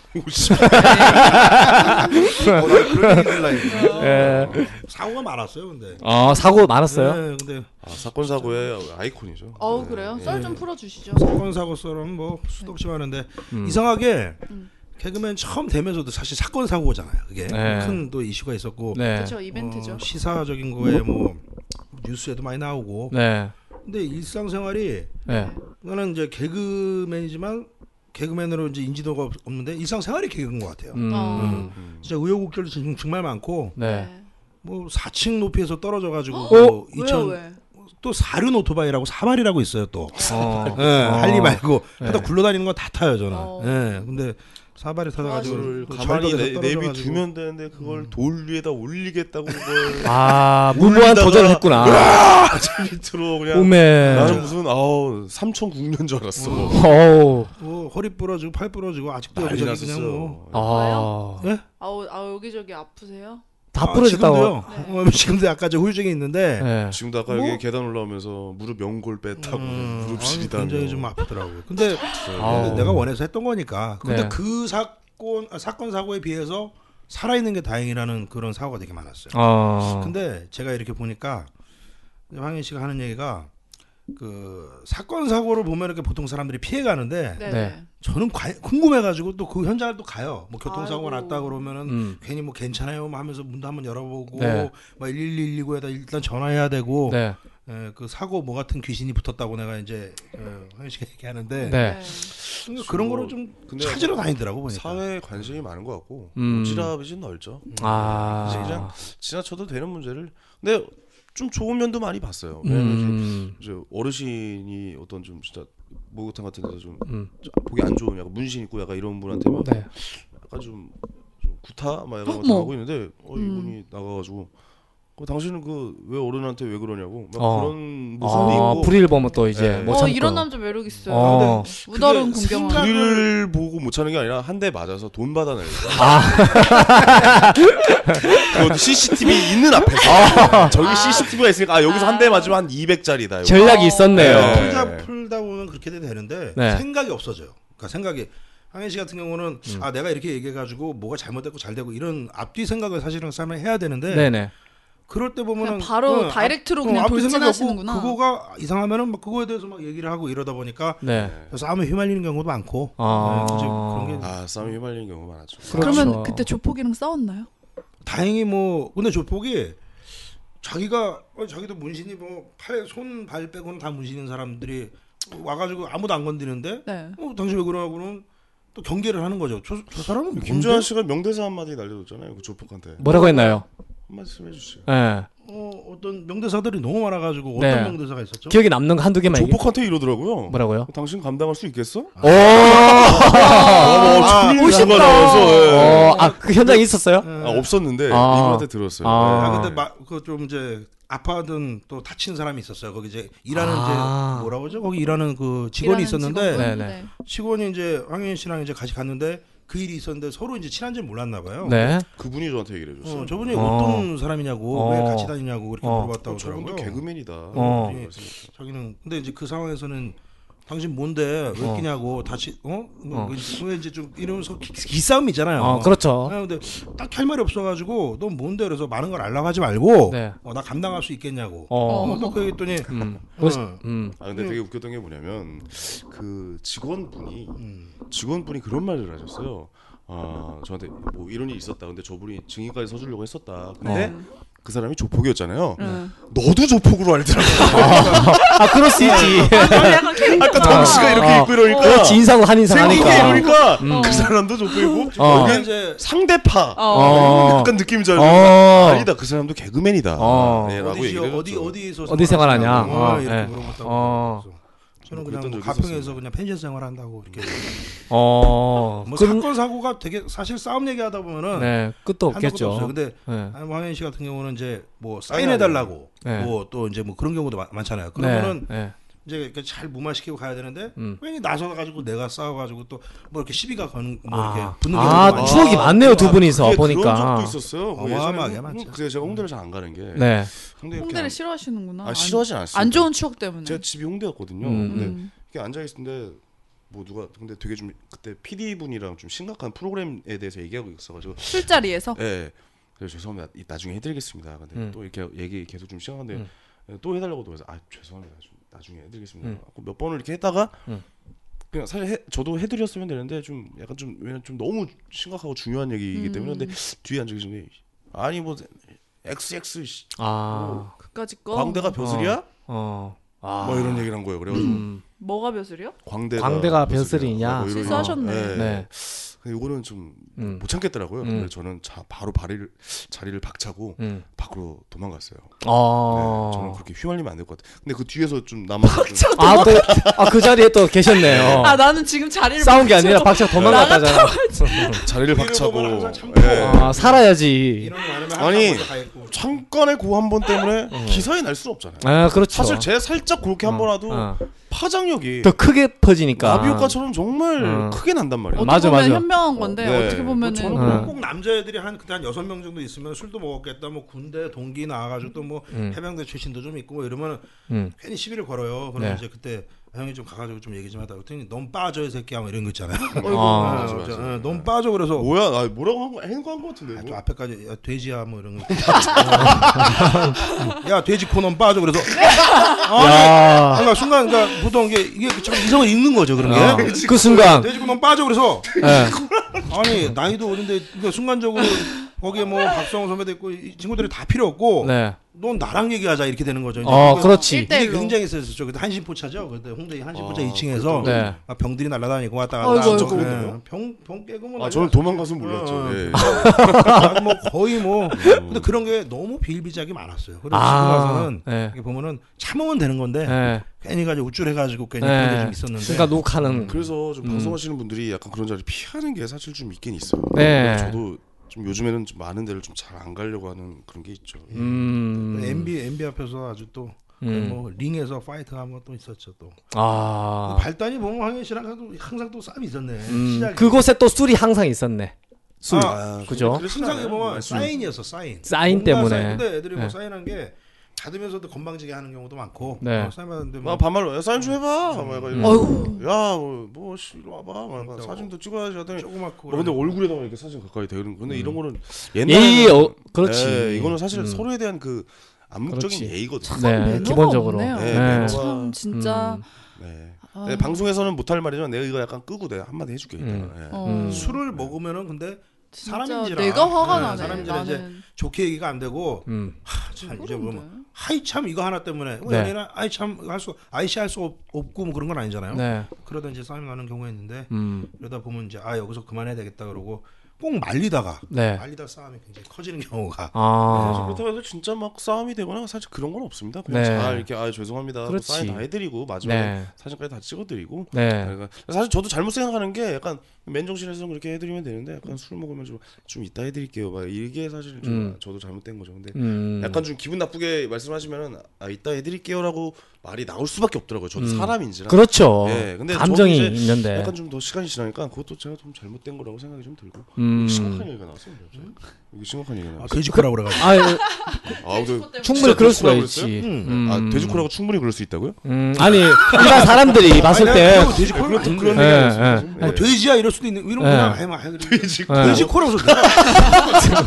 G: 어, 나 그런 얘기 들라
D: 네.
G: 했는데.
F: 네.
D: 예.
G: 사고가 많았어요 근데.
D: 어, 사고 많았어요?
G: 네, 근데
E: 아, 사건 사고의 아이콘이죠.
F: 어우
E: 네.
F: 그래요?
E: 예.
F: 썰 좀 풀어주시죠.
G: 사건 사고처럼 뭐 수도 없이 많은데
D: 음.
G: 이상하게
F: 음.
G: 개그맨 처음 되면서도 사실 사건 사고잖아요. 그게
D: 네.
G: 큰 또 이슈가 있었고
D: 네.
F: 그렇죠 이벤트죠.
G: 어, 시사적인 거에 뭐 뉴스에도 많이 나오고.
D: 네.
G: 근데 일상생활이
D: 네.
G: 나는 이제 개그맨이지만 개그맨으로 이제 인지도가 없- 없는데 일상생활이 개그인 것 같아요.
D: 음.
F: 어.
G: 진짜 의욕국결도 지금 정말 많고
D: 네.
G: 뭐 4층 높이에서 떨어져 가지고
F: 어? 왜요
G: 2000,
F: 왜?
G: 또 사륜 오토바이라고 사발이라고 있어요 또
D: 어.
G: 예,
E: 아.
G: 할리 말고
E: 예.
D: 네.
G: 하다 굴러다니는 건 다 타요 저는
F: 어.
G: 예, 근데 사발이 타가지고
E: 그걸
G: 그
E: 가만히
G: 절벽에서
E: 내,
G: 떨어져가지고. 음.
E: 내비 두면 되는데 그걸 돌 위에다 올리겠다고 그걸
D: 아, 무모한
E: 울다가-
D: 도전을 했구나.
E: 아, 저 밑으로 그냥
D: 오메.
E: 나는 무슨 아우 삼천 국년 줄 알았어.
G: 음.
D: 어우.
G: 뭐 허리 부러지고 팔 부러지고 아직도
E: 난리
G: 여기저기
E: 났었어.
G: 그냥 뭐
D: 아.
G: 예?
F: 아우 아 여기저기 아프세요?
D: 다
G: 아,
D: 부러졌다고.
G: 지금도요. 어, 지금도 아까 저 후유증이 있는데
D: 네.
E: 지금도 아까 여기 계단 올라오면서 무릎 연골 뺐다고
G: 뭐? 음,
E: 무릎 네.
G: 아유,
E: 시리다. 뭐.
G: 굉장히 좀 아프더라고요. 근데
D: 아우.
G: 내가 원해서 했던 거니까. 근데
D: 네.
G: 그 사건 아, 사건 사고에 비해서 살아 있는 게 다행이라는 그런 사고가 되게 많았어요.
D: 어.
G: 근데 제가 이렇게 보니까 황현 씨가 하는 얘기가 그 사건 사고를 보면 이렇게 보통 사람들이 피해 가는데
F: 네.
D: 네.
F: 네.
G: 저는 과- 궁금해가지고 또 그 현장을 또 가요. 뭐 교통사고 가
F: 아이고.
G: 났다 그러면은
D: 음.
G: 괜히 뭐 괜찮아요 뭐 하면서 문도 한번 열어보고
D: 네.
G: 막 11219에다 일단 전화해야 되고
D: 네.
G: 에, 그 사고 뭐 같은 귀신이 붙었다고 내가 이제 어, 황현 씨가 얘기하는데
D: 네.
F: 어,
G: 그러니까 그런 거를 좀
E: 근데 뭐
G: 찾으러 다니더라고 뭐 보니까.
E: 사회에 관심이 많은 것 같고
D: 음.
E: 오지랖이 좀 넓죠. 이제 그냥
D: 아.
E: 지나쳐도 되는 문제를 근데 좀 좋은 면도 많이 봤어요. 왜냐면 이제
D: 음.
E: 이제 어르신이 어떤 좀 진짜 목욕탕 같은 데서 좀
D: 음.
E: 보기 안 좋은 약간 문신 있고 약간 이런 분한테 막
D: 네.
E: 약간 좀, 좀 구타 막 이런 거
F: 어머. 뭐. 음.
E: 하고 있는데 어 이분이 나가가지고 그 당신은 그 왜 어른한테 왜 그러냐고 막
D: 어.
E: 그런 모습도
D: 아
E: 있고
D: 불의를 보면 또 이제
E: 네. 아,
D: 못
F: 어
D: 참고.
F: 이런 남자 매력 있어요.
D: 뭐
G: 아,
D: 어.
F: 우다른
E: 그게
F: 공경원.
E: 불의를 보고 못 차는 게 아니라 한 대 맞아서 돈 받아내는 거야. 그 CCTV 있는 앞에서
D: 아.
E: 저기 CCTV가 있으니까 아 여기서 한 대 맞으면 한 200짜리다.
F: 아.
D: 전략이 있었네요.
E: 네.
G: 풀다 풀다 보면 그렇게 되는데
D: 네.
G: 생각이 없어져요. 그러니까 생각이 황현 씨 같은 경우는
D: 음.
G: 아 내가 이렇게 얘기해 가지고 뭐가 잘못됐고 잘 되고 이런 앞뒤 생각을 사실은 삶에 해야 되는데
D: 네네.
G: 그럴 때
F: 그냥
G: 보면은
F: 바로
G: 응,
F: 다이렉트로
G: 앞- 어,
F: 그냥
G: 앞뒤 생각이 없고
F: 돌진하시는구나.
G: 그거가 이상하면은 막 그거에 대해서 막 얘기를 하고 이러다 보니까
D: 네.
G: 싸움에 휘말리는 경우도 많고
D: 아.
G: 네, 그래서 그런 게
E: 아 싸움이 휘말리는 경우가 많았죠.
F: 그러면
D: 그렇죠.
F: 그때 조폭이랑 싸웠나요?
G: 다행히 뭐 근데 조폭이 자기가 어, 자기도 문신이 뭐팔손발 빼고는 다 문신인 사람들이 와가지고 아무도 안 건드리는데
F: 네.
G: 어 당신 왜 그러냐고는 또 경계를 하는 거죠. 저, 저 사람은 뭔데?
E: 김주환 씨가 명대사 한마디 날려줬잖아요. 그 조폭한테
D: 뭐라고 했나요?
E: 한 말씀 해주세요.
D: 예.
G: 어, 어떤 명대사들이 너무 많아가지고
D: 네.
G: 어떤 명대사가 있었죠?
D: 기억에 남는 거 한두 개만 얘기.
E: 조폭한테 이러더라고요. 그
D: 뭐라고요?
E: 당신 감당할 수 있겠어?
D: 오.
E: 아, 뭐,
F: 멋있다.
E: 서 예.
D: 어, 아, 그 현장에 있었어요?
G: 예.
E: 아, 없었는데
D: 아.
E: 이분한테 들었어요.
D: 아.
E: 네.
G: 아 근데 막그좀 이제 아파든 또 다친 사람이 있었어요. 거기 이제 일하는
D: 아.
G: 이제 뭐라고 그러죠? 거기 일하는 그 직원이 있었는데
D: 직원분.
F: 네네.
D: 네,
G: 직원. 이 이제 황현 씨랑 이제 같이 갔는데 그 일이 있었는데 서로 이제 친한지 몰랐나
E: 어,
G: 봐요.
D: 네.
E: 그분이 저한테 얘기를 해줬어요.
G: 어, 저분이
D: 어.
G: 어. 떤 사람이냐고 왜
D: 어.
G: 같이 다니냐고 그렇게
D: 어.
G: 물어봤다고
E: 저분도
G: 그러더라고요.
E: 개그맨이다.
D: 어.
E: 예.
G: 자기는 근데 이제 그 상황에서는 당신 뭔데 왜
D: 어.
G: 끼냐고 다시 어?
D: 어.
G: 어. 왜 이제 좀 이러면서 기- 기싸움이잖아요.
D: 어, 그렇죠.
G: 아, 근데 딱 할 말이 없어가지고 너 뭔데 그래서 많은 걸 알라고 하지 말고
D: 네.
G: 어, 나 감당할 수 있겠냐고.
D: 어.
G: 어, 그 얘기했더니
D: 음.
G: 어,
D: 음.
E: 아 근데 되게 웃겼던 게 뭐냐면 그 직원분이
G: 음.
E: 직원분이 그런 말을 하셨어요. 아 저한테 뭐 이런 일이 있었다. 근데 저분이 증인까지 서주려고 했었다. 근데
G: 네.
E: 그 사람이 조폭이었잖아요.
G: 음.
F: 응.
E: 너도 조폭으로 알더라고.
D: 아, 그럴 수 있지.
E: 네.
F: 약간 캐릭터.
E: 아까 덩치가 이렇게
D: 어.
E: 있고 이러니까
D: 그렇지. 인상은 한인상
E: 생긴 게
D: 하니까.
E: 이러니까
F: 어.
D: 음.
E: 그 사람도 조폭이고
D: 어.
G: 그러니까
E: 여기
G: 이제
E: 상대파
D: 어.
E: 약간 느낌이 잘
D: 어.
E: 아니다 그 사람도 개그맨이다.
D: 어.
E: 네, 라고
G: 어디지
E: 얘기를 해줬죠.
G: 어디 어디에서
D: 어디 생활하냐?
G: 어,
D: 어,
G: 이렇게
D: 네.
G: 물어봤다고.
D: 어.
G: 그래서 저는
E: 그랬던
G: 그냥 뭐
E: 적이
G: 가평에서
E: 있었어요.
G: 그냥 펜션 생활한다고 이렇게.
D: 어.
G: 뭐
D: 그럼
G: 사건 사고가 되게 사실 싸움 얘기하다 보면은
D: 네. 끝도
G: 한도 끝도 없어요.
D: 없겠죠.
G: 근데
D: 네.
G: 아니, 뭐 황현 씨 같은 경우는 이제 뭐
E: 사인하고.
G: 사인해 달라고
D: 네.
G: 뭐 또 이제 뭐 그런 경우도 많, 잖아요 그러면은
D: 네. 네.
G: 이제 이렇게 잘 무마시키고 가야 되는데
D: 음.
G: 괜히 나서 가지고 내가 싸워가지고 또 뭐 이렇게 시비가 거는 뭐
D: 아,
G: 이렇게 붙는 경우도
D: 아,
G: 많아요.
D: 추억이 많네요, 두
E: 아,
D: 분이서
E: 그게 그런
D: 보니까.
E: 적도 있었어요. 뭐
G: 어마어마하게
E: 예전에 홍-
G: 많죠.
E: 그래서 제가 홍대를 잘 안 가는 게
D: 네.
E: 홍대 이렇게
F: 홍대를
E: 안-
F: 싫어하시는구나.
E: 아, 싫어하진 않습니다.
F: 안 좋은 추억 때문에.
E: 제가 집이 홍대였거든요.
D: 음.
E: 근데
F: 음.
E: 이렇게 앉아 있는데 뭐 누가 근데 되게 좀 그때 PD 분이랑 좀 심각한 프로그램에 대해서 얘기하고 있어가지고
G: 네.
F: 술자리에서.
E: 예. 그래서 죄송합니다. 이- 나중에 해드리겠습니다. 근데
D: 음.
E: 또 이렇게 얘기 계속 좀 심한데
D: 음.
E: 또 해달라고 또 해서 아 죄송합니다. 좀 나중에 해드리겠습니다.
D: 음.
E: 하고 몇 번을 이렇게 했다가
D: 음.
E: 그냥 사실 해, 저도 해드렸으면 되는데 좀 약간 좀 왜냐 좀 너무 심각하고 중요한 얘기이기 때문에
F: 음.
E: 근데 뒤에 앉아 계신 게 아니 뭐 XX 씨,
D: 아.
F: 그까짓 거.
E: 광대가 벼슬이야?
D: 어. 아.
E: 뭐 이런 얘기를 한 거예요. 그래가지고
D: 음.
F: 뭐가 벼슬이요?
E: 광대가,
D: 광대가 벼슬이냐?
E: 벼슬이냐? 뭐 이런-
F: 실수하셨네.
E: 예.
D: 네.
E: 근데 이거는 좀 못
D: 음.
E: 참겠더라고요.
D: 음.
E: 근데 저는 자, 바로 발을, 자리를 박차고
D: 음.
E: 밖으로 도망갔어요.
D: 어.
E: 네, 저는 그렇게 휘말리면 안 될 것 같아요. 근데 그 뒤에서 좀 남아서 좀
D: 아, 또, 아, 그 자리에 또
G: 어.
D: 계셨네요.
F: 아 나는 지금 자리를
D: 싸운 게
F: 막히고
D: 아니라 박씨가 도망갔다잖아.
E: 자리를
G: 이런
E: 박차고
G: 거만 항상 참고.
E: 예.
D: 아, 살아야지.
G: 이런 거 아니면
E: 아니.
G: 아니 가있고.
E: 잠깐의 고 한 번 때문에 기사에 날 수는 없잖아요.
D: 아, 그렇죠.
E: 네. 사실 제 살짝 그렇게 한 번 하도 네.
D: 어.
E: 파장력이
D: 더 크게 퍼지니까.
E: 나비효과처럼 정말
D: 음.
E: 크게 난단 말이에요.
F: 어떻게
D: 맞아,
F: 보면
D: 맞아.
F: 현명한 건데
E: 네.
F: 어떻게 보면은
G: 저는
D: 어.
G: 뭐 꼭 남자애들이 한 그때 한 여섯 명 정도 있으면 술도 먹었겠다 뭐 군대 동기 나와가지고 또 뭐
D: 음.
G: 해병대 출신도 좀 있고 뭐 이러면
D: 음.
G: 괜히 시비를 걸어요. 그러면
D: 네.
G: 이제 그때 아, 형이 좀 가가지고 좀 얘기 좀 하다 그랬더니 넌 빠져 이 새끼야 뭐 이런 거 있잖아요.
D: 아,
G: 아,
E: 맞아, 맞아.
G: 저, 예, 넌 빠져 그래서
E: 뭐야, 아, 뭐라고 한 거, 행거한 것 같은데. 뭐.
G: 아,
E: 이거?
G: 또 앞에까지 야, 돼지야 뭐 이런 거. 야 돼지 코넌 빠져 그래서
E: 아,
D: 야.
G: 그러니까 순간 그러니까 보통 이게 이게 참 이성을 읽는 거죠
E: 네.
G: 그런
D: 아,
G: 게.
D: 그 순간.
G: 돼지 코넌 빠져 그래서
D: 예.
G: 아니 나이도 어린데 그러니까 순간적으로 거기에 뭐 박성호 선배도 있고 이 친구들이 다 필요 없고
D: 네.
G: 넌 나랑 얘기하자 이렇게 되는 거죠.
E: 네.
G: 이제
D: 어,
G: 그러니까
D: 그렇지.
F: 일대일로.
G: 이게 굉장히 세졌죠. 그때 한신포차죠. 그때 홍대 한신포차
E: 아,
G: 2층에서
D: 네.
G: 병들이 날아다니고 왔다 갔다.
F: 아이고,
G: 하고
F: 아이고.
G: 네. 병, 병 깨고 뭐.
E: 아, 저는 도망가서 몰랐죠.
G: 어, 어.
E: 예. 어.
G: 난리 났- 뭐 거의 뭐. 근데 그런 게 너무 비일비재하게 많았어요. 그래서 지금 와서는
D: 네.
G: 이렇게 보면은 참으면 되는 건데
D: 아. 네.
G: 괜히 가지고 우쭐해가지고 괜히 그런 게
D: 네.
G: 좀 있었는데.
D: 그러니까 녹하는.
E: 그래서 좀
D: 음.
E: 방송하시는 분들이 약간 그런 자리 피하는 게 사실 좀 있긴 있어요. 뭐
D: 네.
E: 저도 좀 요즘에는 좀 많은 데를 좀 잘 안 가려고 하는 그런 게 있죠. 예.
D: 음.
G: MB MB 앞에서 아주 또
D: 음.
G: 뭐 링에서 파이트 한번 또 있었죠 또
D: 아.
G: 발단이 보면 황현 씨랑 항상- 항상 또 싸움이 있었네
D: 음.
G: 시작이
D: 그곳에 또 술이 항상 있었네.
G: 술.
E: 아,
D: 그죠?
E: 그렇진
G: 항상
E: 않아요.
G: 보면 사인이었어 사인
D: 어? 사인
G: 뭔가
D: 때문에.
G: 사인. 근데 애들이
D: 네.
G: 뭐 사인한 게 받으면서도 건방지게 하는 경우도 많고
D: 네.
G: 어, 사인 받는데
E: 아
G: 뭐
E: 반말로 야 사인 좀 해봐. 막 약간
D: 음.
E: 이런.
F: 어이구.
E: 야, 뭐, 뭐, 씨, 이리 와봐. 막 약간
G: 그러니까
E: 사진도 찍어야지 하더니.
G: 조그맣고
E: 뭐 근데 얼굴에다가 이렇게 사진 가까이 대는. 근데 이런 거는
D: 예의
E: 옛날에
D: 어, 그렇지.
E: 예, 이거는 사실
D: 음.
E: 서로에 대한 그 암묵적인
D: 그렇지.
E: 예의거든요.
D: 네,
F: 매너가
D: 기본적으로.
F: 없네요.
E: 네,
D: 네.
E: 매너가-
F: 참 진짜
D: 음.
E: 네.
F: 아,
E: 네, 방송에서는 못할 말이지만 내가 이거 약간 끄고 내가 한마디 해줄게.
D: 음.
E: 네.
F: 어,
D: 음.
G: 술을 먹으면은 근데
F: 진짜
G: 사람인지라.
F: 내가 화가
G: 네,
F: 나네.
G: 사람인지라 이제
F: 나는
G: 좋게 얘기가 안 되고
D: 음.
G: 하, 참 이제
F: 그런데.
G: 보면 하이 참 이거 하나 때문에 뭐
D: 네.
G: 연예인은 아이 참할수 아이씨 할 수 없고 뭐 그런 건 아니잖아요.
D: 네.
G: 그러다 이제 싸움이 나는 경우가 있는데
D: 음.
G: 이러다 보면 이제 아 여기서 그만해야 되겠다 그러고 꼭 말리다가
D: 네.
G: 말리다 싸움이 굉장히 커지는 경우가
E: 사실
D: 아.
E: 그렇다고 해서 진짜 막 싸움이 되거나 사실 그런 건 없습니다.
D: 네.
E: 그냥 잘 이렇게 아 죄송합니다. 하고
D: 그렇지.
E: 사인 다 해드리고 마지막에
D: 네.
E: 사진까지 다 찍어드리고.
D: 네.
E: 그러니까 사실 저도 잘못 생각하는 게 약간 맨정신에서 그렇게 해드리면 되는데 약간 술 먹으면 좀 좀 이따 해드릴게요. 막 이게 사실 좀
D: 음.
E: 저도 잘못된 거죠. 근데
D: 음.
E: 약간 좀 기분 나쁘게 말씀하시면은 아 이따 해드릴게요라고 말이 나올 수밖에 없더라고요. 저도
D: 음.
E: 사람인지라.
D: 그렇죠. 네.
E: 예, 근데
D: 감정이
E: 저는 이제
D: 있는데.
E: 약간 좀 더 시간이 지나니까 그것도 제가 좀 잘못된 거라고 생각이 좀 들고
D: 음.
E: 여기 심각한 얘기가 나왔어요. 갑자기. 여기 심각한 얘기가
G: 음? 아,
E: 나왔어요.
G: 돼지코라 그래가지고
D: 아,
E: 아, 근데
D: 충분히 그럴 수가
E: 돼지코라고
D: 있지.
G: 그랬어요?
D: 음.
E: 아 돼지코라고 충분히 그럴 수 있다고요?
D: 음, 아니 일반 사람들이 봤을 때
G: 어, 돼지코라
E: 그런 그런
D: 예,
E: 얘기
D: 예.
E: 아니었어요.
G: 어, 돼지야 이럴 수도 있는 이런
D: 네.
G: 그냥 해마뭐 돼지
D: 네.
G: 돼지코라고 해서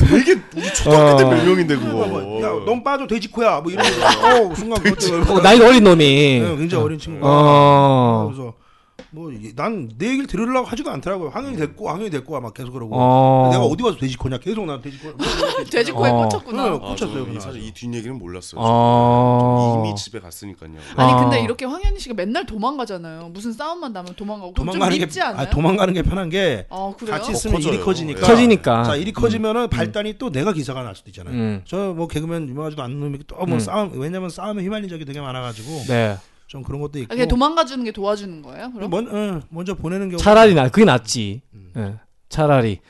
E: 되게 우리
D: 어,
E: 초등학교 때 별명인데
G: 뭐,
E: 그거.
G: 어. 야넌 빠져 돼지코야 뭐 이런 거. 어 순간 그것도
D: 어, 나이 어린 놈이
E: 음.
G: 네, 굉장히 어린 친구가
E: 아,
D: 어.
G: 그래서 뭐 난 내 얘기를 들으려고 하지도 않더라고요. 항연이 됐고 항연이 됐고 막 계속 그러고
D: 어.
G: 내가 어디 가서 돼지코냐 뭐 계속 난 돼지코.
F: 돼지코에
D: 어.
F: 꽂혔구나.
G: 어. 꽂혔어요,
E: 아, 저는 이
G: 그날.
E: 사실 이뒷 얘기는 몰랐어요.
D: 아. 어.
E: 이미 집에 갔으니까요. 네.
D: 아.
F: 아니 근데 이렇게 황현희 씨가 맨날 도망가잖아요. 무슨 싸움만 나면 도망가고 그럼 좀
G: 도망가는
F: 밉지
G: 게
F: 않아요?
G: 아, 도망가는 게 편한 게
F: 아, 그래요?
G: 같이
E: 더
G: 있으면 일이
E: 커져요.
G: 커지니까.
D: 커지니까.
G: 자 일이 커지면은 발단이 또 내가 기사가 날 수도 있잖아요.
D: 음.
G: 저 뭐 개그맨 유명하지도 않은 놈이 또 뭐
D: 음.
G: 싸움 왜냐면 싸움에 휘말린 적이 되게 많아가지고
D: 네.
G: 좀 그런 것도 있고.
F: 아, 그냥 도망가 주는 게 도와주는 거예요? 그럼?
G: 먼, 응, 먼저 보내는 경우.
D: 차라리 나 그게 낫지.
G: 음.
D: 예, 차라리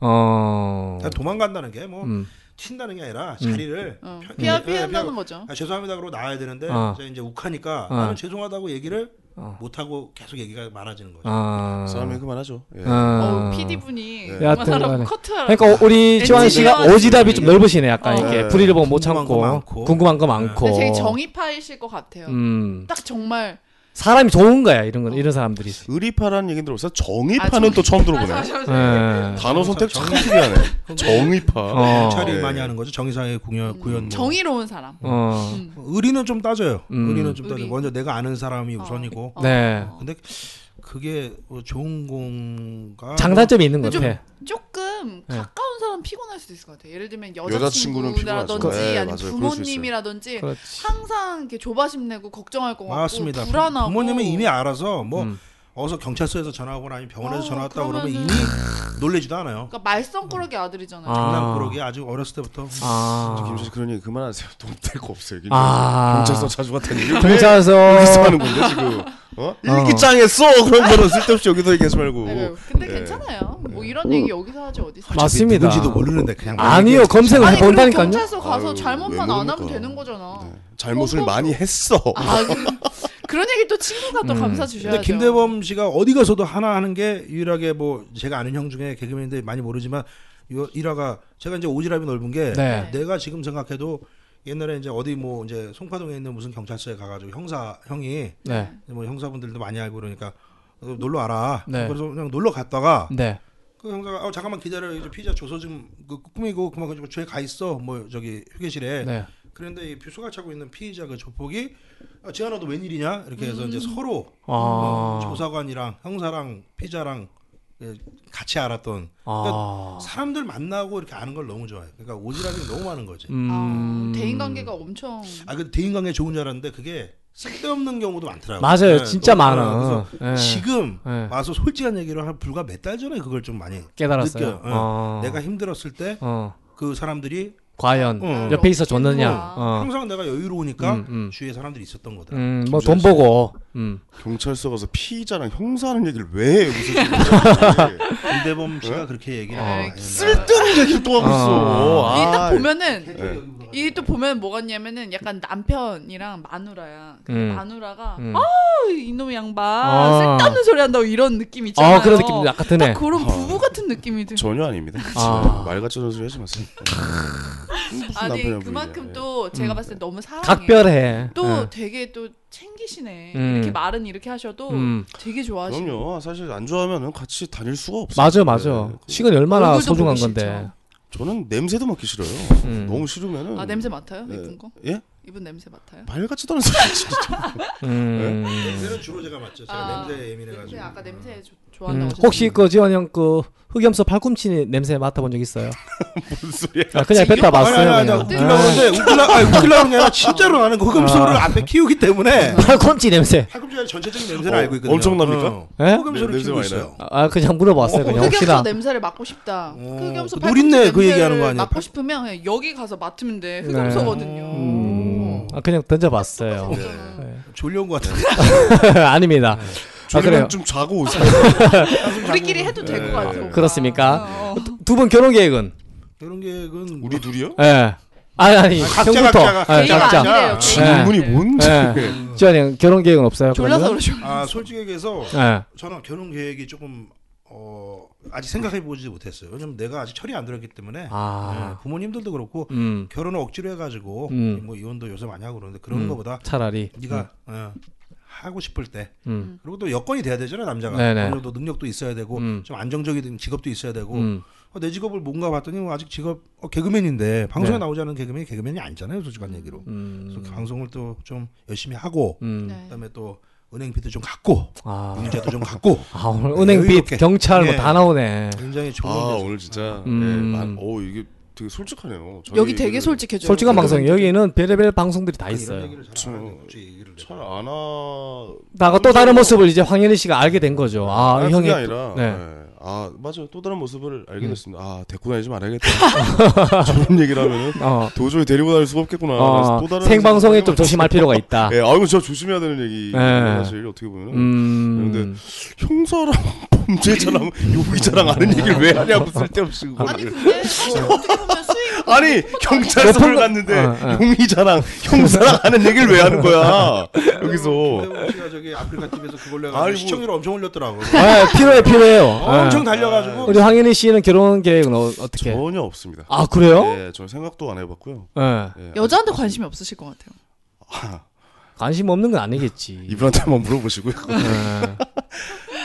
D: 어.
G: 난 도망간다는 게 뭐
D: 음.
G: 튄다는 게 아니라 자리를
F: 어.
G: 편-
F: 피하
G: 예,
F: 피한다는
G: 피하고.
F: 거죠.
G: 아, 죄송합니다 그러고 나와야 되는데
D: 어.
G: 이제, 이제 욱하니까
D: 어.
G: 나는 죄송하다고 얘기를
D: 어.
G: 못 하고 계속 얘기가 많아지는 거죠.
D: 아.
E: 싸움에 그만하죠. 예.
D: 아.
F: 어, PD 분이
E: 네.
D: 여하튼
F: 그만하라고
D: 간에.
F: 커트하라고.
D: 그러니까 오- 우리
F: 엔지니어
D: 지환 씨가
F: 씨.
D: 오지랖이 좀 넓으시네. 약간
F: 어.
D: 이렇게
E: 네.
D: 불의를 보면 못
G: 궁금한 거
D: 참고
G: 많고.
D: 궁금한 거
F: 근데
D: 많고.
F: 되게 정의파이실 것 같아요. 어.
D: 음.
F: 딱 정말
D: 사람이 좋은 거야 이런 건 이런 사람들이.
E: 의리파라는 얘기 들어봤어요?
F: 아,
E: 정의파는
F: 정의-
E: 또 처음
F: 아,
E: 들어보네요.
F: 잠시만요.
D: 예.
E: 단어 선택 참 특이하네.
F: 뭐.
E: 정의파.
D: 어.
G: 경찰이
E: 예.
G: 많이 하는 거죠. 정의상의 구현, 구현.
E: 음.
G: 뭐.
F: 음. 정의로운 사람.
D: 어.
F: 음.
G: 의리는 좀 따져요.
D: 음.
G: 의리는 좀 따져.
F: 의리.
G: 요 먼저 내가 아는 사람이
F: 어.
G: 우선이고.
F: 어.
D: 네.
G: 근데 그게 뭐 좋은 공가
D: 장단점이 있는 것
F: 좀-
D: 같아.
F: 조금
D: 네.
F: 가까운 사람 피곤할 수도 있을 것 같아요. 예를 들면
E: 여자친구는
F: 여자친구라든지
E: 피곤하죠. 네,
F: 아니면
E: 맞아요. 그럴 수 있어요.
F: 부모님이라든지
D: 그렇지.
F: 항상 이렇게 조바심 내고 걱정할 것 같고
G: 맞습니다.
F: 어, 불안하고
G: 부모님은 이미 알아서 뭐
D: 음.
G: 어서 경찰서에서 전화하거나 아니면 병원에서
F: 어,
G: 전화 왔다 그러면
F: 그러면은-
G: 이미 놀래지도 않아요.
F: 그러니까
E: 음.
F: 말썽꾸러기 아들이잖아요.
D: 아.
G: 장난꾸러기 아주 어렸을 때부터
D: 아.
E: 김철씨 그런 얘기 그만하세요. 도움될거 없어요. 김철 씨.
D: 아.
E: 경찰서 자주 갔다는 얘기. 왜 여기서
D: 경찰서
E: 하는 건데 지금. 어? 일기장했어. 그런 거는 쓸데없이 여기서 얘기하지 말고.
F: 아이고, 네, 근데
E: 예.
F: 괜찮아요. 뭐 이런 얘기 여기서 하지 어디서? 하지?
D: 맞습니다.
G: 누군지도 모르는데 그냥
D: 아니요 검색을
F: 아니 그리고
D: 해본다니까요.
F: 경찰서 가서
E: 아유,
F: 잘못만
E: 왜
F: 안 하면
E: 그러니까.
F: 되는 거잖아.
E: 네. 잘못을
F: 어,
E: 많이 했어.
F: 아, 그- 그런 얘기 또 친구가 또
D: 음.
F: 감사
G: 근데
F: 주셔야죠. 아,
G: 김대범 씨가 어디 가서도 하나 하는 게 유일하게 뭐 제가 아는 형 중에 개그맨인데 많이 모르지만 요- 일화가 제가 이제 오지랖이 넓은 게
D: 네.
G: 내가 지금 생각해도 옛날에 이제 어디 뭐 이제 송파동에 있는 무슨 경찰서에 가가지고 형사 형이
D: 네.
G: 뭐 형사분들도 많이 알고 그러니까 어, 놀러 와라.
D: 네.
G: 그래서 그냥 놀러 갔다가
D: 네.
G: 그 형사가 어, 잠깐만 기다려 이제 피자 줘서 지금 그 꾸미고 그만 가지고 저에 가 있어 뭐 저기 휴게실에
D: 네.
G: 그런데 이 수가 차고 있는 피의자 그 조폭이 아, 지하나 너 웬일이냐 이렇게
F: 음.
G: 해서 이제 서로
D: 아.
G: 어, 조사관이랑 형사랑 피자랑 예, 같이 알았던
D: 아.
G: 사람들 만나고 이렇게 아는 걸 너무 좋아해. 그러니까 오지랖이 너무 많은 거지.
D: 음.
F: 아, 대인 관계가 엄청
G: 아, 그 대인관계 좋은 줄 알았는데 그게 쓸데없는 경우도 많더라고.
D: 맞아요.
G: 예,
D: 진짜
G: 너무
D: 많아.
G: 그래서
D: 예.
G: 지금
D: 예.
G: 와서 솔직한 얘기를 한 불과 몇 달 전에 그걸 좀 많이
D: 깨달았어요.
G: 느껴요. 예.
D: 어.
G: 내가 힘들었을 때
D: 어.
G: 그 사람들이
D: 과연
G: 어.
D: 옆에 있어 줬느냐.
F: 아.
D: 어.
G: 항상 내가 여유로우니까
D: 음, 음.
G: 주위에 사람들이 있었던 거다.
D: 음, 뭐 돈 보고. 음.
E: 경찰서 가서 피의자랑 형사하는 얘기를 왜 해? 무슨 경찰서에.
G: 김대범 씨가 그렇게 얘기를
D: 어.
G: 해요.
E: 쓸데없는 얘기를 또 하고 있어.
F: 이게 딱
E: 아,
F: 보면은
E: 예.
F: 이게 또 보면 뭐가 있냐면은 약간 남편이랑 마누라야. 근데
D: 음.
F: 마누라가
D: 음.
F: 아 이놈 양반
D: 아.
F: 쓸데없는 소리 한다고 이런 느낌 있잖아요.
D: 아 그런 느낌이 아까 드네.
F: 딱 그런 부부 같은 느낌이 들.
E: 전혀 아닙니다.
D: 아.
E: 말 같은 소리 하지 마세요. 무슨
F: 아니 네,
E: 남편이랑
F: 그만큼
E: 부인이야. 음.
F: 또 제가 봤을 때 너무 사랑해.
D: 각별해.
F: 또
D: 어.
F: 되게 또 챙기시네.
D: 음.
F: 이렇게 말은 이렇게 하셔도
D: 음.
F: 되게 좋아하시고.
E: 그럼요. 사실 안 좋아하면 같이 다닐 수가 없어요.
D: 맞아 맞아.
E: 네. 그
D: 시간이 얼마나
F: 얼굴도
D: 소중한
F: 보기
D: 건데.
F: 싫죠.
E: 저는 냄새도 맡기 싫어요.
D: 음.
E: 너무 싫으면은
F: 아 냄새 맡아요?
E: 네.
F: 이분 거?
E: 예?
F: 이분 냄새 맡아요?
E: 말 같지도 않은 소리 진짜.
D: 음.
G: 냄새는 주로 제가 맞죠. 제가
F: 아,
G: 냄새에
F: 냄새
G: 예민해가지고.
F: 아까 냄새 조-
D: 음.
F: 좋아한다고 하셨는데.
D: 혹시 그 지원 형그 흑염소 팔꿈치 냄새 맡아본 적 있어요?
E: 무슨 소리야.
D: 아, 그냥 뺐다 봤어요
G: 아니, 아니,
D: 그냥.
G: 아니, 웃기려고 하는데 웃기려, 아니, 웃기려고 하는 게 아니라 진짜로 나는 그 흑염소를
D: 아.
G: 앞에 키우기
D: 네.
G: 때문에
D: 팔꿈치 냄새.
G: 팔꿈치의 전체적인 냄새를
E: 어,
G: 알고 있거든요.
E: 엄청납니까?
G: 어.
D: 예?
G: 흑염소를
E: 네,
G: 키우고
E: 냄새 많이
G: 있어요.
D: 아 그냥 물어봤어요 그냥
F: 흑염소
D: 혹시나.
F: 냄새를 맡고 싶다. 흑염소
G: 그
F: 팔꿈치
G: 노린내 그 얘기하는
F: 냄새를
G: 거 아니야?
F: 맡고 싶으면 그냥 여기 가서 맡으면 돼. 흑염소거든요.
D: 네. 음. 아 그냥 던져봤어요.
E: 네.
D: 네.
G: 졸려온 것 같아요. 네.
D: 아닙니다. 아 그래요.
E: 저희랑 좀 자고 오세요.
F: 우리끼리 해도 될 것 같아. 오빠.
D: 그렇습니까?
F: 어, 어.
D: 두 분 결혼 계획은?
G: 이런 게 그건
E: 우리 둘이요?
D: 예. 아니 아니
G: 각자,
D: 형부터.
G: 각자가. 음.
D: 예,
F: 개가
D: 각자.
F: 아니래요. 개가.
E: 질문이
F: 네.
E: 뭔지.
D: 예. 지원 형 결혼 계획은 없어요?
F: 졸라서
D: 그러면?
F: 그러죠.
G: 아 솔직히 얘기해서
D: 예.
G: 저는 결혼 계획이 조금 어 아직 생각해 보지 못했어요. 왜냐면 내가 아직 철이 안 들었기 때문에
D: 아.
G: 예, 부모님들도 그렇고
D: 음.
G: 결혼을 억지로 해가지고
D: 음.
G: 뭐 이혼도 요새 많이 하고 그러는데 그런
D: 음.
G: 거보다
D: 차라리.
G: 네가 어, 하고 싶을 때
D: 음.
G: 그리고 또 여건이 돼야 되잖아요 남자가
D: 네네.
G: 어느 정도 능력도 있어야 되고
D: 음.
G: 좀 안정적인 직업도 있어야 되고
D: 음.
G: 어, 내 직업을 뭔가 봤더니 뭐 아직 직업 어, 개그맨인데 방송에
D: 네.
G: 나오지 않은 개그맨이 개그맨이 아니잖아요 솔직한 얘기로
D: 음.
G: 그래서 방송을 또 좀 열심히 하고
D: 음.
F: 네.
G: 그다음에 또 은행비도 좀 갖고
D: 아.
G: 융자도 좀 갖고
D: 아 오늘
G: 네,
D: 은행빚
G: 여유롭게.
D: 경찰 뭐
G: 예.
D: 다 나오네.
G: 굉장히 좋은
E: 아
G: 데서.
E: 오늘 진짜.
D: 음.
E: 예, 만, 오 이게 되게 솔직하네요. 저희 그
F: 여기 되게
E: 얘기를
F: 솔직해져요.
D: 솔직한 방송 여기는 별의별 방송들이 다
G: 그렇죠. 아, 이런
D: 있어요.
G: 얘기를 잘안
E: 그쵸.
G: 하는데 갑자기 얘기를 내가.
E: 잘안 하.
D: 나가 또 다른 모습을 이제 황현희 씨가 알게 된 거죠. 아,
E: 아니,
D: 형이
E: 그게
D: 또-
E: 아니라
D: 네. 음.
E: 예. 아 맞아요 또 다른 모습을 알게 됐습니다 아 데리고 다니지 말아야겠다 저런 얘기를 하면은
G: 네.
D: 어.
E: 도저히 데리고 다닐 수가 없겠구나 그래서
D: 어,
E: 또 다른
D: 생방송에 좀
E: 생각을
D: 조심할 필요가 있다.
E: 예, 아 이거 진짜 조심해야 되는 얘기
D: 예.
E: 사실 어떻게 보면 은
D: 음.
E: 근데 형사랑 범죄자랑 요기자랑 아는 얘기를 왜 하냐고 뭐 쓸데없이 그걸
F: 아니 근데 어, 어떻게 보면 수익
E: 아니 경찰서를
D: 높은 거-
E: 갔는데
D: 어,
E: 용의자랑 형사랑 하는 얘기를 왜 하는 거야 여기서
G: 김대범 씨가 저기 아프리카 TV에서 그걸
E: 아이고.
G: 내가 시청률 엄청 올렸더라고.
D: 어. 아, 필요해 필요해요.
G: 어, 엄청
D: 예.
G: 달려가지고
D: 우리 황현희 씨는 결혼 계획은 어, 어떻게?
E: 전혀 없습니다
D: 아 그래요?
E: 예, 저 생각도 안 해봤고요
D: 예.
E: 예,
F: 여자한테 관심이 없으실 것 같아요.
E: 아,
D: 관심 없는 건 아니겠지.
E: 이분한테 한번 물어보시고요
D: 예.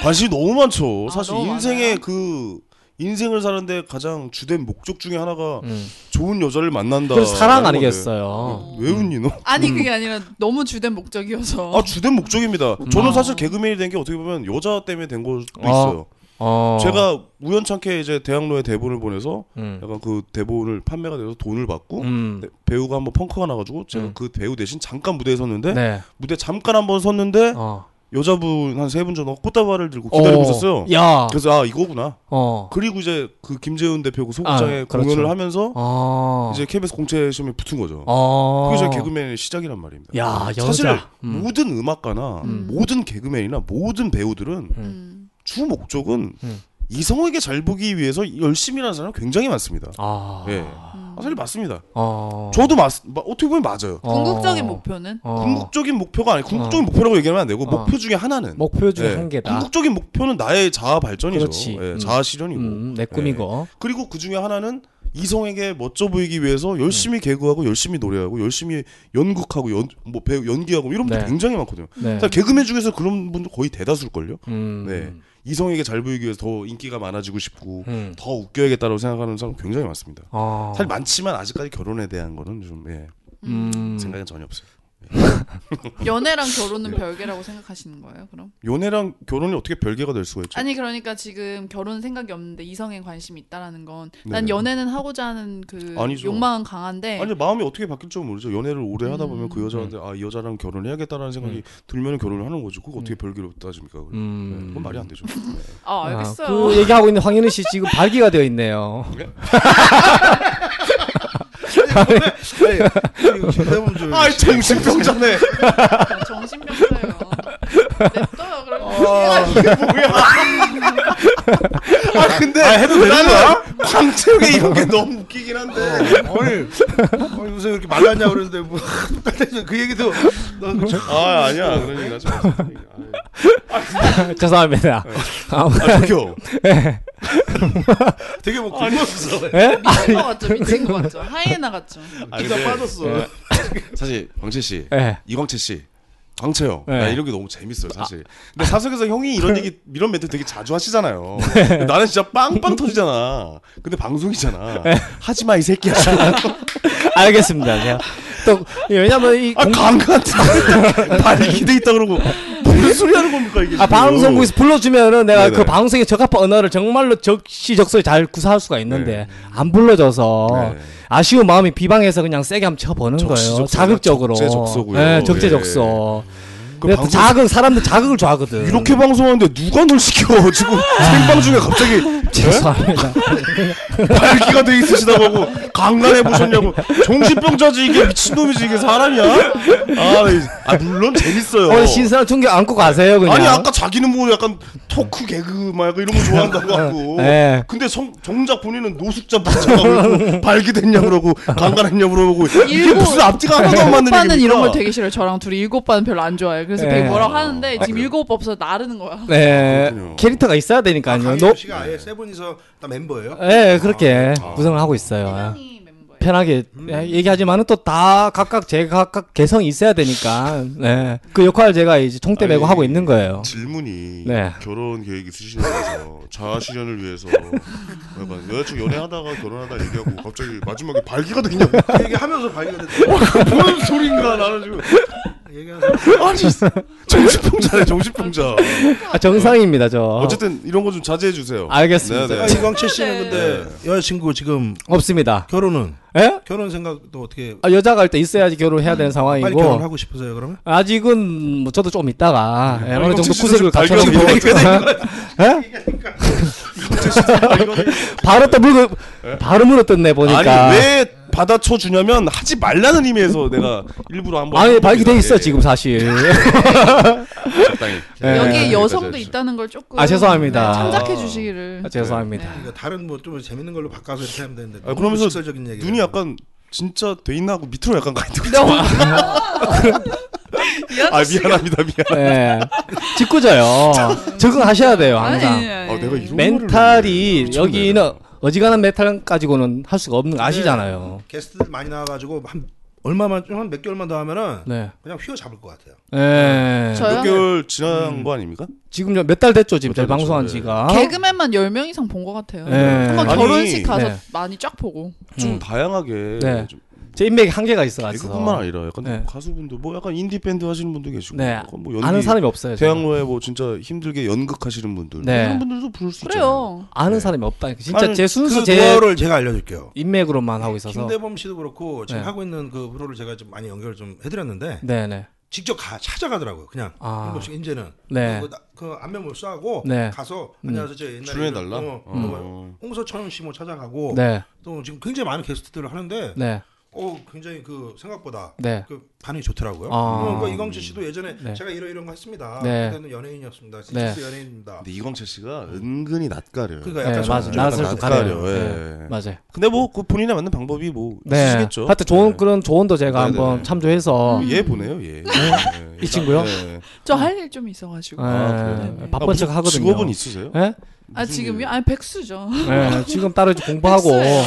E: 관심이 너무 많죠. 사실
F: 아, 너무
E: 인생의
F: 많아요?
E: 그 인생을 사는데 가장 주된 목적 중에 하나가
D: 음.
E: 좋은 여자를 만난다.
D: 그래서 사랑
E: 라는 건데.
D: 아니겠어요.
E: 왜 웃니 너?
F: 아니 그게 아니라 너무 주된 목적이어서.
E: 아 주된 목적입니다. 저는
F: 아.
E: 사실 개그맨이 된 게 어떻게 보면 여자 때문에 된 것도
D: 음. 아.
E: 있어요.
D: 어.
E: 제가 우연찮게 이제 대학로에 대본을 보내서
D: 음.
E: 약간 그 대본을 판매가 돼서 돈을 받고 네,
D: 음.
E: 배우가 한번 펑크가 나가지고 제가
D: 음.
E: 그 배우 대신 잠깐 무대에 섰는데
D: 네.
E: 무대 잠깐 한번 섰는데
D: 어.
E: 여자분 한 세 분 정도 꽃다발을 들고 기다리고
D: 어.
E: 있었어요.
D: 야.
E: 그래서 아 이거구나.
D: 어.
E: 그리고 이제 그 김재훈 대표 그 소극장에
D: 아, 그렇죠.
E: 공연을 하면서
D: 어.
E: 이제 KBS 공채 시험에 붙은 거죠.
D: 어.
E: 그게 저희 개그맨의 시작이란 말입니다.
D: 야, 여자.
E: 사실
D: 음.
E: 모든 음악가나
F: 음.
E: 모든 개그맨이나 모든 배우들은
F: 음.
E: 주 목적은
D: 음.
E: 이성에게 잘 보기 위해서 열심히 하는 사람 굉장히 많습니다.
D: 아.
E: 예.
F: 음.
E: 아, 사실 맞습니다.
D: 어.
E: 저도 맞, 마- 어떻게 보면 맞아요.
D: 어.
F: 궁극적인 목표는
D: 어.
E: 궁극적인 목표가 아니 궁극적인 목표라고 얘기하면 안 되고
D: 어.
E: 목표 중에 하나는
D: 목표 중에
E: 예.
D: 한 개다.
E: 궁극적인 목표는 나의 자아 발전이죠.
D: 그렇지.
E: 예,
D: 음.
E: 자아 실현이고
D: 음, 내 꿈이고.
E: 그리고 그 중에 하나는 이성에게 멋져 보이기 위해서 열심히
D: 네.
E: 개그하고 열심히 노래하고 열심히 연극하고 연, 뭐 배우 연기하고 이런 분들
D: 네.
E: 굉장히 많거든요.
D: 네.
E: 예. 사실 개그맨 중에서 그런 분들 거의 대다수일 걸요.
D: 음.
E: 네. 이성에게 잘 보이기 위해서 더 인기가 많아지고 싶고
D: 음.
E: 더 웃겨야겠다라고 생각하는 사람 굉장히 많습니다.
D: 어.
E: 사실 많지만 아직까지 결혼에 대한 거는 좀 예,
D: 음.
E: 생각은 전혀 없어요.
F: 연애랑
E: 네.
F: 결혼은 별개라고 생각하시는 거예요? 그럼?
E: 연애랑 결혼이 어떻게 별개가 될 수가 있죠?
F: 아니 그러니까 지금 결혼 생각이 없는데 이성에 관심이 있다라는 건 난
E: 네.
F: 연애는 하고자 하는 그
E: 아니죠.
F: 욕망은 강한데
E: 아니 마음이 어떻게 바뀔지 모르죠. 연애를 오래 하다 보면 그
F: 음.
E: 여자한테 아 이 여자랑 결혼해야겠다라는 생각이 들면 결혼을 하는 거죠. 그거 어떻게 별개로 따집니까? 그럼.
D: 음.
E: 네, 그건 말이 안 되죠.
F: 아
D: 아,
F: 알겠어요.
D: 그 얘기하고 있는 황현우 씨 지금 발기가 되어 있네요.
E: 아이 정신병자네.
F: 아, 정신병자예요. 냅둬요 그럼. 아,
E: 아 근데 해도 되는 거야? 어. 광채형의 이런 게 너무 웃기긴 한데.
G: 아니, 아니 무슨 이렇게 말랐냐 그러는데 뭐, 그 얘기도 너
E: 아 아니야
G: 그러니까
E: 그런 얘기 하지 마세요.
D: 죄송합니다.
E: 아 저기요.
G: 되게 뭐 굶었어.
D: 예?
F: 미친 거 같죠. 미친 거 같죠. 하이에나 같죠.
E: 아,
G: 기가 빠졌어.
E: 사실 광채 씨,
D: 예.
E: 이광채 씨. 광채 형,
D: 네. 아. 그
E: 나 이런 게 너무 재밌어요 사실. 근데 사석에서 형이 이런 얘기, 이런 멘트 되게 자주 하시잖아요.
D: 네.
E: 나는 진짜 빵빵 터지잖아. 근데 방송이잖아.
D: 네.
E: 하지 마 이 새끼야.
D: 알겠습니다. 제가 또 예, 왜냐면 이
E: 아
D: 공-
E: 강간한테 발이 기대 있다 그러고 무슨 소리 하는 겁니까 이게?
D: 아,
E: 지금.
D: 방송국에서 불러주면은 내가
E: 네네.
D: 그 방송에 적합한 언어를 정말로 적시적소에 잘 구사할 수가 있는데 안 불러줘서
E: 네.
D: 아쉬운 마음이 비방해서 그냥 세게 한번 쳐보는 거예요.
E: 적시적소가
D: 자극적으로.
E: 적재적소고요.
D: 예, 적재적소.
E: 그
D: 근데
E: 방송-
D: 자극 사람들 자극을 좋아하거든.
E: 이렇게 방송하는데 누가 널 시켜 지금
D: 아.
E: 생방 중에 갑자기
D: 죄송합니다.
E: 발기가 돼 있으시다고 하고 강간해 보셨냐고 정신병자지 이게 미친놈이지 이게 사람이야? 아, 아 물론 재밌어요.
D: 오늘 신선한 충격 안고 가세요 그냥.
E: 아니 아까 자기는 뭐 약간 토크 개그 막 이런 거 좋아한다고 하고
D: 예.
E: 근데 성, 정작 본인은 노숙자 부자가 그러고 발기됐냐 그러고 강간했냐 그러고 이게
F: 일곱-
E: 무슨 앞뒤가 하나도 안 맞는
F: 오빠는
E: 얘기입니까? 네.
F: 이런 걸 되게 싫어요. 저랑 둘이 일곱 오빠는 별로 안 좋아해요. 그래서
D: 예.
F: 되게 뭐라고 하는데
E: 아,
F: 지금
E: 그
F: 일곱 오빠 없어서 나르는 거야.
D: 네
E: 그렇군요.
D: 캐릭터가 있어야 되니까요.
G: 강유
D: 노...
G: 씨가 아예 세븐이서 다 멤버예요.
E: 아.
D: 예 그렇게 구성을 하고 있어요.
F: 이 멤버예요.
D: 편하게 얘기하지만은 또 다 각각 제 각각 개성이 있어야 되니까 네. 그 역할을 제가 이제 총대 메고
E: 아니,
D: 하고 있는 거예요.
E: 질문이
D: 네.
E: 결혼 계획 있으시냐고 해서 자아실현을 위해서 약간 여자친구 연애하다가 결혼하다 얘기하고 갑자기 마지막에 발기가 됐냐고
G: 그 얘기하면서
E: 어?
G: 발견했대.
E: 뭔 소린가 나는 지금
G: 얘기하면서
E: 아니 정신병자네 정신병자
D: 아, 정상입니다 저.
E: 어쨌든 이런 거 좀 자제해 주세요
D: 알겠습니다.
E: 네네.
G: 아, 이광채 씨는 근데
E: 네.
G: 여자친구 지금
D: 없습니다.
G: 결혼은
D: 예?
G: 결혼 생각도 어떻게
D: 아, 여자가 일단 있어야지 결혼해야 되는
G: 빨리
D: 상황이고
G: 결혼하고 싶으세요 그러면?
D: 아직은 뭐 저도 좀 있다가 예, 어느 정도
E: 이광철 씨도
D: 구색을
E: 좀 발견이
D: 갖춰놓고 예?
E: 아,
D: 바로 또 물고 바로 물어뜯네 보니까
E: 예? 아니 왜 받아쳐 주냐면 하지 말라는 의미에서 내가 일부러 한번
D: 아니 발기돼 있어 지금 사실
E: 적당히
D: 예.
F: 여기에 여성도
E: 네, 네.
F: 있다는 걸 조금
D: 아, 죄송합니다.
F: 네, 참작해 주시기를. 네.
D: 아, 죄송합니다.
G: 그러니까 다른 뭐 좀 재밌는 걸로 바꿔서 이렇게 하면 되는데.
E: 아, 그러면서
G: 직설적인 얘기.
E: 눈이 약간 진짜 돼 있나 하고 밑으로 약간 가 있는
F: 너무
E: 거아 아, 미안합니다 미안
D: 예. 짓궂어요. 적응하셔야 돼요 항상.
F: 네.
E: 아 내가 이런
D: 멘탈이
E: 거를
D: 여기는
E: 미쳤네.
D: 어지간한 멘탈 가지고는 할 수가 없는 거 아시잖아요.
G: 게스트들 많이 나와가지고 한 얼마만 좀 한 몇 개월만 더 하면은
D: 네.
G: 그냥 휘어 잡을 것 같아요.
D: 예.
F: 네. 저요?
E: 몇 개월 지난
D: 음.
E: 거 아닙니까?
D: 지금 몇 달 됐죠 지금 저희
E: 몇달
D: 방송한
E: 됐죠, 네.
D: 지가.
F: 개그맨만 10명 이상 본 것 같아요.
D: 네.
F: 한번
E: 아니,
F: 결혼식 가서
D: 네.
F: 많이 쫙 보고.
E: 좀
D: 음.
E: 다양하게
D: 네.
E: 좀
D: 제 인맥에 한계가 있어가지고.
E: 개그뿐만 아니라 약간
D: 네.
E: 가수분들 뭐 약간 인디 밴드 하시는 분도 계시고
D: 네.
E: 약간 뭐 연기
D: 아는 사람이 없어요. 제가.
E: 대학로에 뭐 진짜 힘들게 연극하시는 분들
D: 네.
E: 이런 분들도 부를 수 있잖아요.
F: 그래요.
D: 아는
E: 네.
D: 사람이 없다. 진짜
E: 아니,
D: 제 순수
G: 그
D: 제
G: 노하우를 제가 알려줄게요.
D: 인맥으로만 하고 있어서.
G: 김대범 씨도 그렇고 지금
D: 네.
G: 하고 있는 그 프로를 제가 좀 많이 연결 좀 해드렸는데
D: 네네.
G: 직접 가 찾아가더라고요. 그냥
D: 아.
G: 한 번씩 이제는
D: 네.
G: 그, 나- 그 안면을 쏴고
D: 네.
G: 가서 안녕하세요. 저 옛날에
E: 출연해달라?
G: 어,
E: 어.
G: 뭐 홍서천 씨뭐 찾아가고
D: 네.
G: 또 지금 굉장히 많은 게스트들을 하는데
D: 네.
G: 어 굉장히 그 생각보다
D: 네.
G: 그 반응이 좋더라고요.
D: 아.
G: 어, 그러니까 이광재 씨도 예전에
D: 네.
G: 제가 이러 이런 거 했습니다.
D: 네.
G: 그때는 연예인이었습니다.
D: 네.
G: 진짜 연예인입니다.
E: 근데 이광철 씨가 은근히 낯가려요.
G: 그러니까 약간
D: 네,
G: 저는
D: 맞아.
G: 좀
E: 나-
D: 낯을 좀 가려요. 네. 맞아요.
E: 근데 뭐 그 본인에 맞는 방법이 뭐
D: 네.
E: 있으시겠죠.
D: 하여튼 좋은
E: 네.
D: 그런 조언도 제가
E: 네네네. 음,
D: 한번 참조해서
E: 얘 보네요, 얘. 네.
D: 이 친구요?
E: 네.
F: 저 할 일 좀 있어가지고.
E: 아,
D: 예,
E: 그래요?
D: 바쁜
E: 무슨
D: 척 하거든요.
E: 직업은 있으세요?
D: 예?
F: 아
E: 무슨
F: 지금요?
E: 일?
F: 아니 백수죠.
D: 예, 지금 따로 이제 공부하고
F: 백수예요.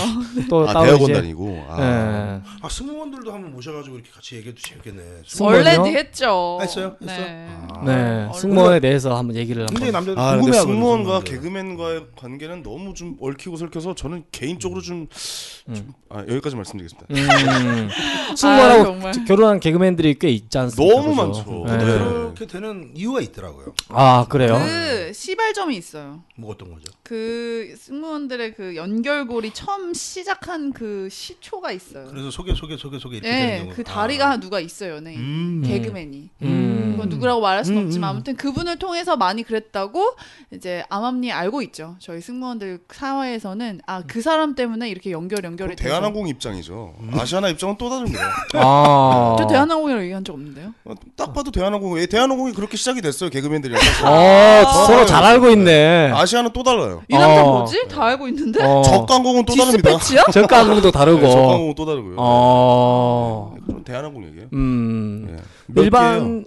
D: 또
E: 아
D: 따로
E: 대학원
D: 이제
E: 다니고. 아.
D: 예.
G: 아 승무원들도 한번 모셔가지고 이렇게 같이 얘기해도 재밌겠네.
D: 승- 승무원이요?
F: 원래 했죠.
G: 했어요?
F: 네.
D: 네,
F: 얼굴-
D: 승무원에 대해서 한번 얘기를 한번.
G: 굉장히 남자들
E: 아, 근데
G: 궁금해하거든요.
E: 승무원과
G: 승무원들.
E: 개그맨과의 관계는 너무 좀 얽히고 설켜서 저는 개인적으로 좀, 좀- 아, 여기까지 말씀드리겠습니다.
D: 음.
F: 아,
D: 승무원하고
F: 정말.
D: 결혼한 개그맨들이 꽤 있지 않습니까?
E: 너무
D: 그죠?
E: 많죠.
D: 예.
E: 네.
G: 그렇게 되는 뭐 이유가 있더라고요.
D: 아 그래요?
F: 그 시발점이 있어요.
G: 뭐 어떤 거죠?
F: 그 승무원들의 그 연결고리 처음 시작한 그 시초가 있어요.
G: 그래서 소개 소개 소개 소개 이렇게 되는
F: 예,
G: 경우. 아,
F: 그 다리가 누가 있어요, 연예인.
G: 음.
F: 개그맨이.
D: 음.
F: 그건 누구라고 말할 수 수는 없지만 아무튼 그분을 통해서 많이 그랬다고 이제 암암리 알고 있죠. 저희 승무원들 사회에서는 아 그 사람 때문에 이렇게 연결 연결이 돼서.
E: 대한항공 입장이죠. 아시아나 입장은 또 다른 거예요.
D: 아.
F: 저 대한항공이라고 얘기한 적 없는데요.
E: 어, 딱 봐도 대한항공, 예, 대한항공이 그렇게 시작이 됐어요. 개그맨들이랑.
D: 어,
E: 아.
D: 서로 잘 알고 있네.
E: 아시아는 또 달라요.
F: 이 남자
D: 어.
F: 뭐지? 다 알고 있는데
D: 어.
E: 적강공은 또 다릅니다.
F: 디스패치야?
D: 저가항공도
E: 네,
D: 다르고.
E: 적강공은 또 다르고요.
D: 어.
E: 네, 그건 대한항공 얘기예요.
D: 음.
E: 예. 몇 개예요?
D: 일반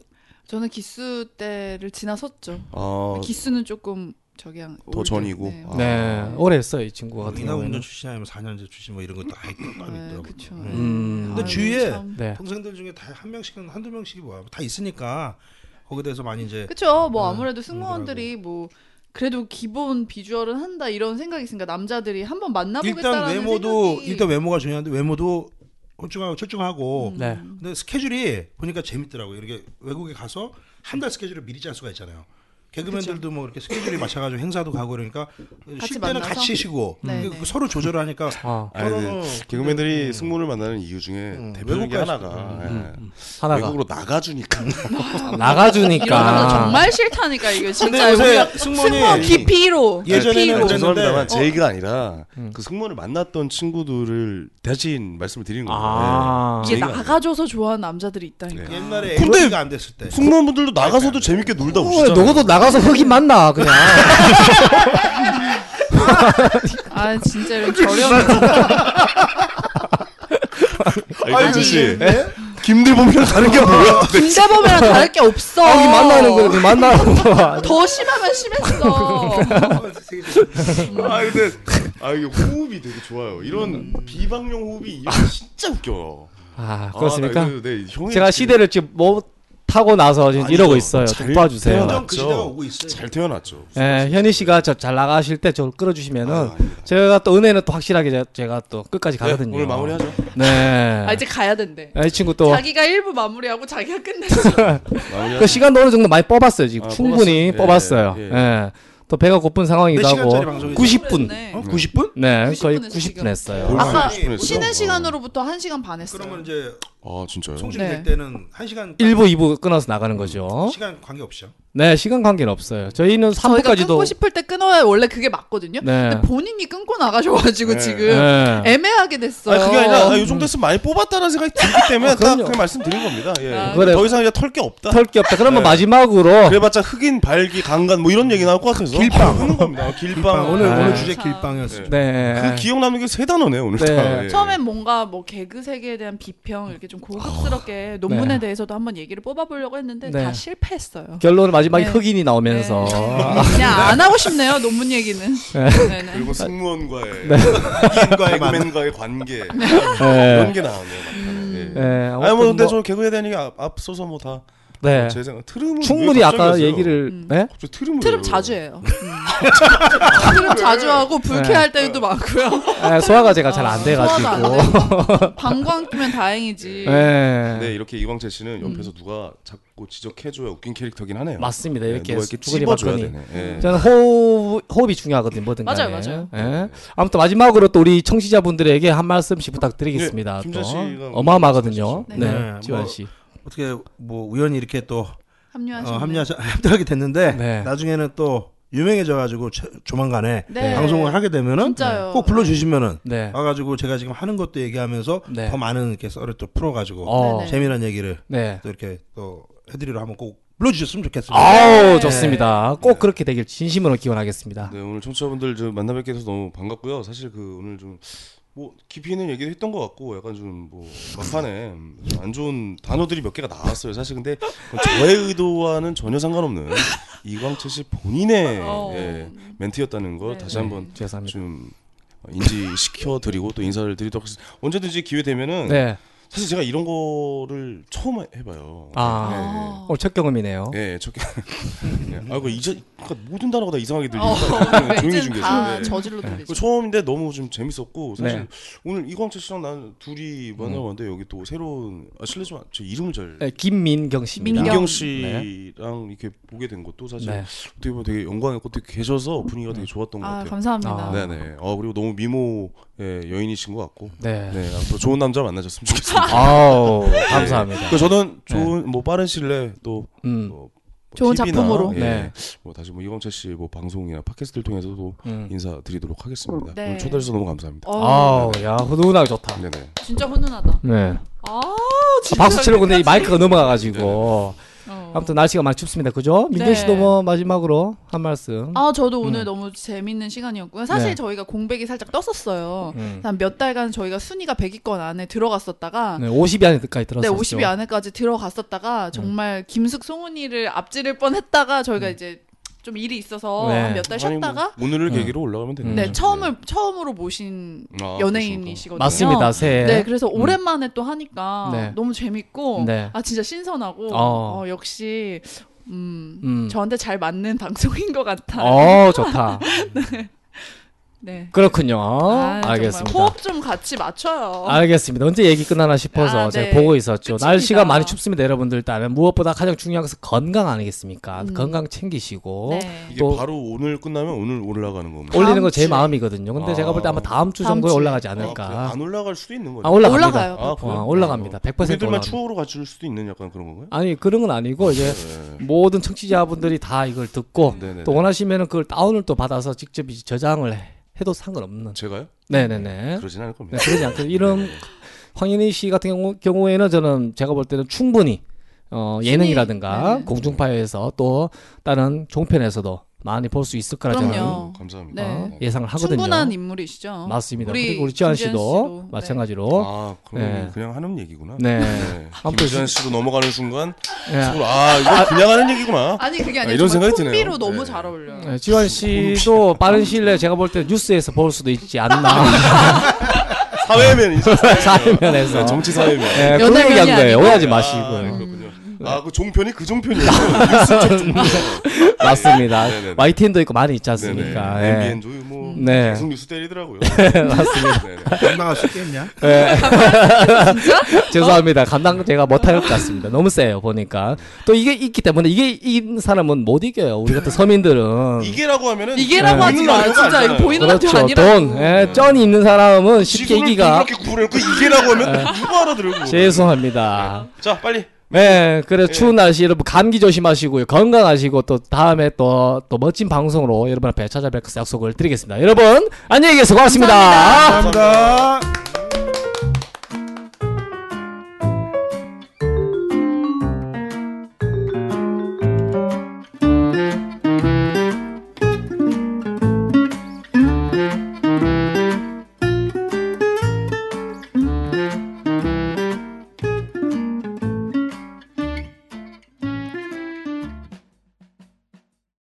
F: 저는 기수 때를 지나섰죠.
E: 아,
F: 기수는 조금 저기 한
E: 더 전이고.
F: 네.
E: 아. 음,
D: 네, 오래 했어요, 이 친구 같은
G: 이나 운전
D: 경우는.
G: 출신 아니면 4년제 출신 뭐 이런 것도 아예 똑같이
F: 네,
G: 있더라고.
F: 그쵸.
D: 음.
G: 근데
F: 아유,
G: 주위에
F: 참.
D: 네.
G: 동생들 중에 다 한 명씩은 한두 명씩이 뭐야 다 있으니까 거기에 대해서 많이 이제
F: 그쵸. 뭐
G: 네,
F: 아무래도 승무원들이 뭐 그래도 기본 비주얼은 한다 이런 생각이 있으니까 남자들이 한번
G: 일단
F: 만나보겠다라는
G: 외모도
F: 생각이
G: 일단 외모가 중요한데 외모도 홀쭉하고 철쭉하고
F: 음.
D: 네.
G: 근데 스케줄이 보니까 재밌더라고요. 이렇게 외국에 가서 한 달 스케줄을 미리 짤 수가 있잖아요. 개그맨들도 뭐 이렇게 스케줄이 맞춰가지고 행사도 가고 그러니까
F: 같이
G: 쉴 때는
F: 만나서?
G: 같이 쉬고
F: 네,
G: 그러니까
F: 네.
G: 그 서로 조절을 하니까
D: 아,
E: 아니,
G: 서로는
E: 네. 개그맨들이 승무를 만나는 이유 중에
G: 음,
E: 대표적인 게
G: 외국까지-
E: 하나가 예.
D: 하나가
E: 외국으로 나가주니까
F: 이러는 거
D: 나가주니까.
F: 정말 싫다니까 이게 진짜
G: 근데
F: 우리가
G: 요새 승무원이 네,
F: 승무원 기피로
G: 예전에는
E: 아니,
F: 기피로
E: 죄송합니다만
G: 그랬는데-
E: 제 얘기가 아니라 그 승무원을 만났던 친구들을 대신 말씀을 드리는 거예요.
D: 아.
E: 예. 제
G: 네.
F: 이게
E: 얘기가 아니라.
F: 나가줘서 좋아하는 남자들이 있다니까.
G: 옛날에
E: 근데-
G: AOD가 안 됐을 때
E: 네. 승무원분들도 나가서도 재밌게 놀다
D: 어,
E: 오시잖아요.
D: 너도 나가서 흑인 만나 그냥.
F: 아 진짜 이런
G: 네.
F: 저렴.
E: 아니,
F: 아니,
E: 아 씨.
F: 네?
E: 김대범이랑 다른 게 뭐야?
F: 김대범이랑 다를 게 없어.
D: 아, 흑인 만나는 거야, 그냥 만나는 거야.
F: 더 심하면 심했어.
E: 아 근데 아 이게 호흡이 되게 좋아요. 이런 비방용 호흡이 이거 진짜 웃겨요.
D: 아,
E: 아,
D: 그렇습니까?
E: 나 이거- 네, 형이
D: 제가
E: 지금
D: 시대를 지금 못 타고 나서 지금
E: 아니죠.
D: 이러고 있어요.
E: 잘
D: 좀 도와주세요.
E: 태어나-
G: 점점 그 시대가 오고 있어요.
E: 잘 태어났죠.
D: 예, 현희 씨가 저 잘 나가실 때 저를 끌어주시면은
E: 아유, 아닙니다.
D: 제가 또 은혜는 또 확실하게 제- 제가 또 끝까지
E: 네,
D: 가거든요.
E: 오늘 마무리하죠.
D: 네.
F: 아 이제 가야 된대.
D: 아, 이 친구 또 그
F: 자기가 1부 마무리하고 자기가 끝냈어.
E: 마무리하죠.
D: 시간도 어느 정도 많이 뽑았어요. 지금
E: 아,
D: 충분히
E: 뽑았어요.
D: 뽑았어요.
E: 예,
D: 예,
E: 예. 네
D: 또 배가 고픈 상황이기도
G: 몇
D: 하고
G: 시간짜리 방송이죠?
D: 90분.
F: 그랬네.
G: 어? 90분?
D: 네,
F: 90
D: 거의
F: 분에서
D: 90분
F: 지금.
D: 했어요.
E: 뭘
F: 아까
E: 하고 싶은 했어요?
F: 쉬는 시간으로부터 1시간 반 했어요.
G: 그러면 이제
E: 아 진짜요?
G: 송신
F: 네.
G: 될 때는 한 시간
D: 1부, 2부 끊어서 나가는 거죠.
G: 시간 관계 없이요.
D: 네, 시간 관계는 없어요. 저희는
F: 저희가 끊고
D: 3부까지도
F: 싶을 때 끊어야 원래 그게 맞거든요.
D: 네.
F: 근데 본인이 끊고 나가셔가지고
E: 네.
F: 지금 애매하게 됐어요.
E: 아니 그게 아니라 아, 요 정도 했으면 많이 뽑았다는 생각이 들기 때문에 딱 그냥 말씀드린 겁니다. 예.
F: 아,
D: 그래요.
E: 더 이상 이제 털게 없다.
D: 털게 없다. 그러면
E: 네.
D: 마지막으로
E: 그래봤자 흑인, 발기, 강간 뭐 이런 얘기 나올 것 같아서
G: 길빵.
E: 하는 겁니다. 어, 길빵.
G: 오늘
D: 아.
G: 오늘 주제
F: 참.
G: 길방이었어요.
D: 네.
E: 그 기억 남는 게 세 단어네요 오늘.
D: 네.
E: 다. 예.
F: 처음엔 뭔가 뭐 개그 세계에 대한 비평 이렇게 좀 고급스럽게 논문에
D: 네.
F: 대해서도 한번 얘기를 뽑아보려고 했는데
D: 네.
F: 다 실패했어요.
D: 결론은 마지막에
F: 네.
D: 흑인이 나오면서
F: 네. 그냥 안 하고 싶네요 논문 얘기는. 네, 네.
E: 그리고 승무원과의 흑인과의 맨과의 관계
D: 네.
E: 이런 게 나오네요. 나타나요. 예.
D: 네,
E: 아니 뭐 근데
D: 뭐,
E: 저 개그에 대한 얘기 앞, 앞서서 뭐 다 제
D: 네.
E: 생각 트름을
D: 충분히
E: 왜
D: 아까
E: 갑자기 하세요?
D: 얘기를
F: 음.
D: 네?
E: 갑자기 트름을
F: 트름
E: 해요?
F: 자주 해요. 음. 트름 자주 하고 불쾌할 때도 많고요.
D: 네, 소화가 제가 잘 안 돼가지고
F: 방광 끼면 다행이지.
D: 네.
E: 네 이렇게 이광재 씨는
F: 음.
E: 옆에서 누가 자꾸 지적해줘야 웃긴 캐릭터긴 하네요.
D: 맞습니다
E: 네,
D: 이렇게
E: 누가 이렇게
D: 쭈그리
E: 찝어줘야
D: 박근이.
E: 되네. 예.
D: 저는 호흡, 호흡이 중요하거든요 뭐든 간에
F: 맞아요, 맞아요.
D: 예. 아무튼 마지막으로 또 우리 청취자분들에게 한 말씀씩 부탁드리겠습니다
E: 네, 김지아
D: 또
E: 씨가
D: 어마어마하거든요
F: 네.
D: 네,
G: 네,
D: 지원
G: 뭐-
D: 씨
G: 어떻게 뭐 우연히 이렇게 또
F: 합류하시면.
G: 어, 합류하자, 합류하게 됐는데
D: 네.
G: 나중에는 또 유명해져가지고 저- 조만간에
F: 네.
G: 방송을 하게 되면은
F: 진짜요.
G: 꼭 불러주시면은
D: 네.
E: 아,
G: 와가지고 제가 지금 하는 것도 얘기하면서
D: 네.
G: 더 많은 이렇게 썰을 또
E: 뭐.
G: 풀어가지고
D: 어.
F: 네네.
G: 재미난 얘기를
D: 네.
G: 또 이렇게 또 해드리러 한번 꼭 불러주셨으면 좋겠습니다.
D: 아우 좋습니다 꼭 그렇게 되길 진심으로 기원하겠습니다
E: 네 오늘 청취자분들 저 만나 뵙게 돼서 너무 반갑고요. 사실 그 오늘 좀 뭐 깊이 있는 얘기도 했던 것 같고 약간 좀 뭐 막판에 좀안 좋은 단어들이 몇 개가 나왔어요. 사실 근데 그건 저의 의도와는 전혀 상관없는 이광채 씨 본인의
F: 어.
E: 예, 멘트였다는 걸 다시
F: 네.
E: 한번
D: 죄송합니다
E: 좀 인지시켜 드리고 또 인사를 드리도록 하겠습니다. 언제든지 기회 되면은
D: 네
E: 사실 제가 이런 거를 처음 해봐요. 네.
D: 아.
F: 아.
D: 오늘 첫 경험이네요
E: 예, 예, 저게 예, 아그 이제 그러니까 모든 단어가 다 이상하게 들리니까
F: 어,
E: 그냥 조용히
F: 왠지
E: 좀
F: 다
E: 계세요. 예.
F: 저질로 들리죠.
E: 그 처음인데 너무 좀 재밌었고 사실
D: 네. 음.
E: 오늘 이광철 씨랑 나는 둘이 만나봤는데 여기 또 새로운 아, 실례지만 제 이름을 잘
D: 네, 김민경 씨입니다
F: 민경.
E: 민경 씨랑 이렇게 보게 된 것도 사실
D: 네. 음.
E: 어떻게 보면 되게 영광이었고 되게 계셔서 분위기가 되게 좋았던 것
F: 아
E: 같아요.
F: 감사합니다.
D: 아.
E: 네네. 어 그리고 너무 미모 의 여인이신 것 같고
D: 네.
E: 네 앞으로 좋은 남자 만나셨으면 좋겠습니다.
D: 아우 감사합니다.
E: 그 저는 좋은 뭐 빠른 시일 내에 또
D: 네. 음.
E: 뭐,
F: 좋은
E: TV나,
F: 작품으로.
E: 예,
D: 네.
E: 뭐 다시 뭐 이광철 씨뭐 방송이나 팟캐스트를 통해서도
D: 음.
E: 인사드리도록 하겠습니다.
F: 네.
E: 오늘 초대해 주셔서 너무 감사합니다.
F: 어,
D: 아우 야 훈훈하게 좋다.
E: 네네.
F: 진짜 훈훈하다.
D: 네.
F: 아 진짜.
D: 박수 치려고 근데 이 마이크가
E: 네.
D: 넘어가가지고
F: 어.
D: 아무튼 날씨가 많이 춥습니다. 그죠? 민경
F: 네.
D: 씨도 뭐 마지막으로 한 말씀.
F: 아 저도 오늘
D: 음.
F: 너무 재밌는 시간이었고요. 사실
D: 네.
F: 저희가 공백이 살짝 떴었어요.
D: 음.
F: 한 몇 달간 저희가 순위가 100위권 안에 들어갔었다가
D: 네, 50위 안에까지 들었었죠. 네.
F: 네, 50위 안에까지 들어갔었다가 정말 김숙 송은이를 앞지를 뻔했다가 저희가 이제 좀 일이 있어서
D: 네.
F: 한 몇 달 쉬었다가
E: 아니, 뭐 오늘을
D: 네.
E: 계기로 올라가면 아, 되네요.
D: 음.
F: 네 처음을 처음으로 모신
E: 아,
F: 연예인이시거든요.
D: 맞습니다. 새해.
F: 네, 그래서 오랜만에 또 하니까
D: 음. 네.
F: 너무 재밌고
D: 네.
F: 아 진짜 신선하고
D: 어.
F: 어, 역시 음,
D: 음.
F: 저한테 잘 맞는 방송인 것 같아.
D: 어 좋다.
F: 네.
D: 그렇군요.
F: 아, 정말
D: 어? 알겠습니다. 아,
F: 호흡 좀 같이 맞춰요.
D: 알겠습니다. 언제 얘기 끝나나 싶어서
F: 아,
D: 제가
F: 네.
D: 보고 있었죠.
F: 끝입니다.
D: 날씨가 많이 춥습니다, 여러분들. 일단은 무엇보다 가장 중요한 것은 건강 아니겠습니까?
F: 음.
D: 건강 챙기시고
F: 네.
E: 아, 이게
D: 또-
E: 바로 오늘 끝나면 오늘 올라가는 겁니다.
D: 올리는
F: 다음
D: 건 제
F: 주에.
D: 마음이거든요. 근데
E: 아.
D: 제가 볼 때 아마 다음 주 정도에
F: 다음 주에.
D: 올라가지
E: 아,
D: 않을까.
E: 그래요? 안 올라갈 수도 있는 거죠.
D: 아, 올라갑니다.
F: 올라가요.
E: 아, 그래요?
D: 어, 올라갑니다. 100%
E: 우리들만
D: 올라갑니다.
E: 추억으로 갖출 수도 있는 약간 그런 건가요?
D: 아니 그런 건 아니고 이제 모든 청취자분들이 다 이걸 듣고
E: 네네.
D: 아, 또 원하시면은 그걸 다운을 또 받아서 직접 이제 저장을 해- 해도 상관없는.
E: 제가요?
D: 네네네.
E: 그러진 않을
D: 네,
E: 겁니다. 네.
D: 그러지 않고 이런 황인희 씨 같은 경우, 경우에는 저는 제가 볼 때는 충분히 어, 예능이라든가
F: 네.
D: 공중파에서 또 다른 종편에서도 많이 볼 수 있을 거라 저는
F: 그럼요.
E: 네, 감사합니다.
D: 어,
F: 네.
D: 예상을 하거든요.
F: 충분한 인물이시죠.
D: 맞습니다.
F: 우리
D: 그리고 우리 지한
F: 김지현
D: 씨도,
F: 씨도, 네.
D: 마찬가지로
E: 아, 그럼
D: 네.
E: 그냥 하는 얘기구나.
D: 네. 아무튼
E: 김지현 씨도 넘어가는 순간
D: 예.
E: 속으로 아 이거 그냥 하는 얘기구나.
F: 아니 그게
E: 아,
F: 아니라
E: 이런
F: 이런
E: 생각이
F: 생각이
E: 드네요.
F: 콤비로 너무
E: 네.
F: 잘 어울려요.
D: 네, 지환 씨도 빠른 시일 내에 제가 볼 때 뉴스에서 볼 수도 있지 않나
E: 사회면 이제 아,
D: 사회면에서
E: 네, 정치 사회면.
D: 예, 그런
F: 연예면이
D: 얘기한 거예요.
F: 아니고. 음.
D: 오해하지
E: 아,
D: 마시고요.
E: 그렇군요. 아, 그 종편이 그 종편이에요. 뉴스 쪽 종편.
D: 맞습니다.
E: 네네네.
D: YTN도 있고 많이 있지
E: 네네.
D: 않습니까? 예.
E: MBN도 뭐
D: 네.
E: 계속 뉴스 때리더라고요. 네, 맞습니다.
G: 안 나갈 수 있겠냐?
D: 죄송합니다. 감당 제가 못할 것 같습니다. 너무 세요 보니까 또 이게 있기 때문에 이게 이 사람은 못 이겨요. 우리 같은 서민들은
E: 이게라고 하면은
F: 이게라고 하지
E: 보이는
F: 마.
E: 라디오가
F: 진짜 이거
E: 아니잖아요.
F: 보이는 라디오
D: 그렇죠.
F: 아니라고.
D: 돈, 예, 쩐이 있는 사람은 쉽게
E: 지구를
D: 이기가
E: 이렇게 구부려놓고 이게라고 하면 누가 알아들고?
D: 죄송합니다.
E: 자 빨리
D: 네, 그래 추운 날씨 여러분 감기 조심하시고요. 건강하시고 또 다음에 또 또 멋진 방송으로 여러분 앞에 찾아뵐 것을 약속을 드리겠습니다. 여러분 안녕히 계세요. 고맙습니다.
G: 감사합니다.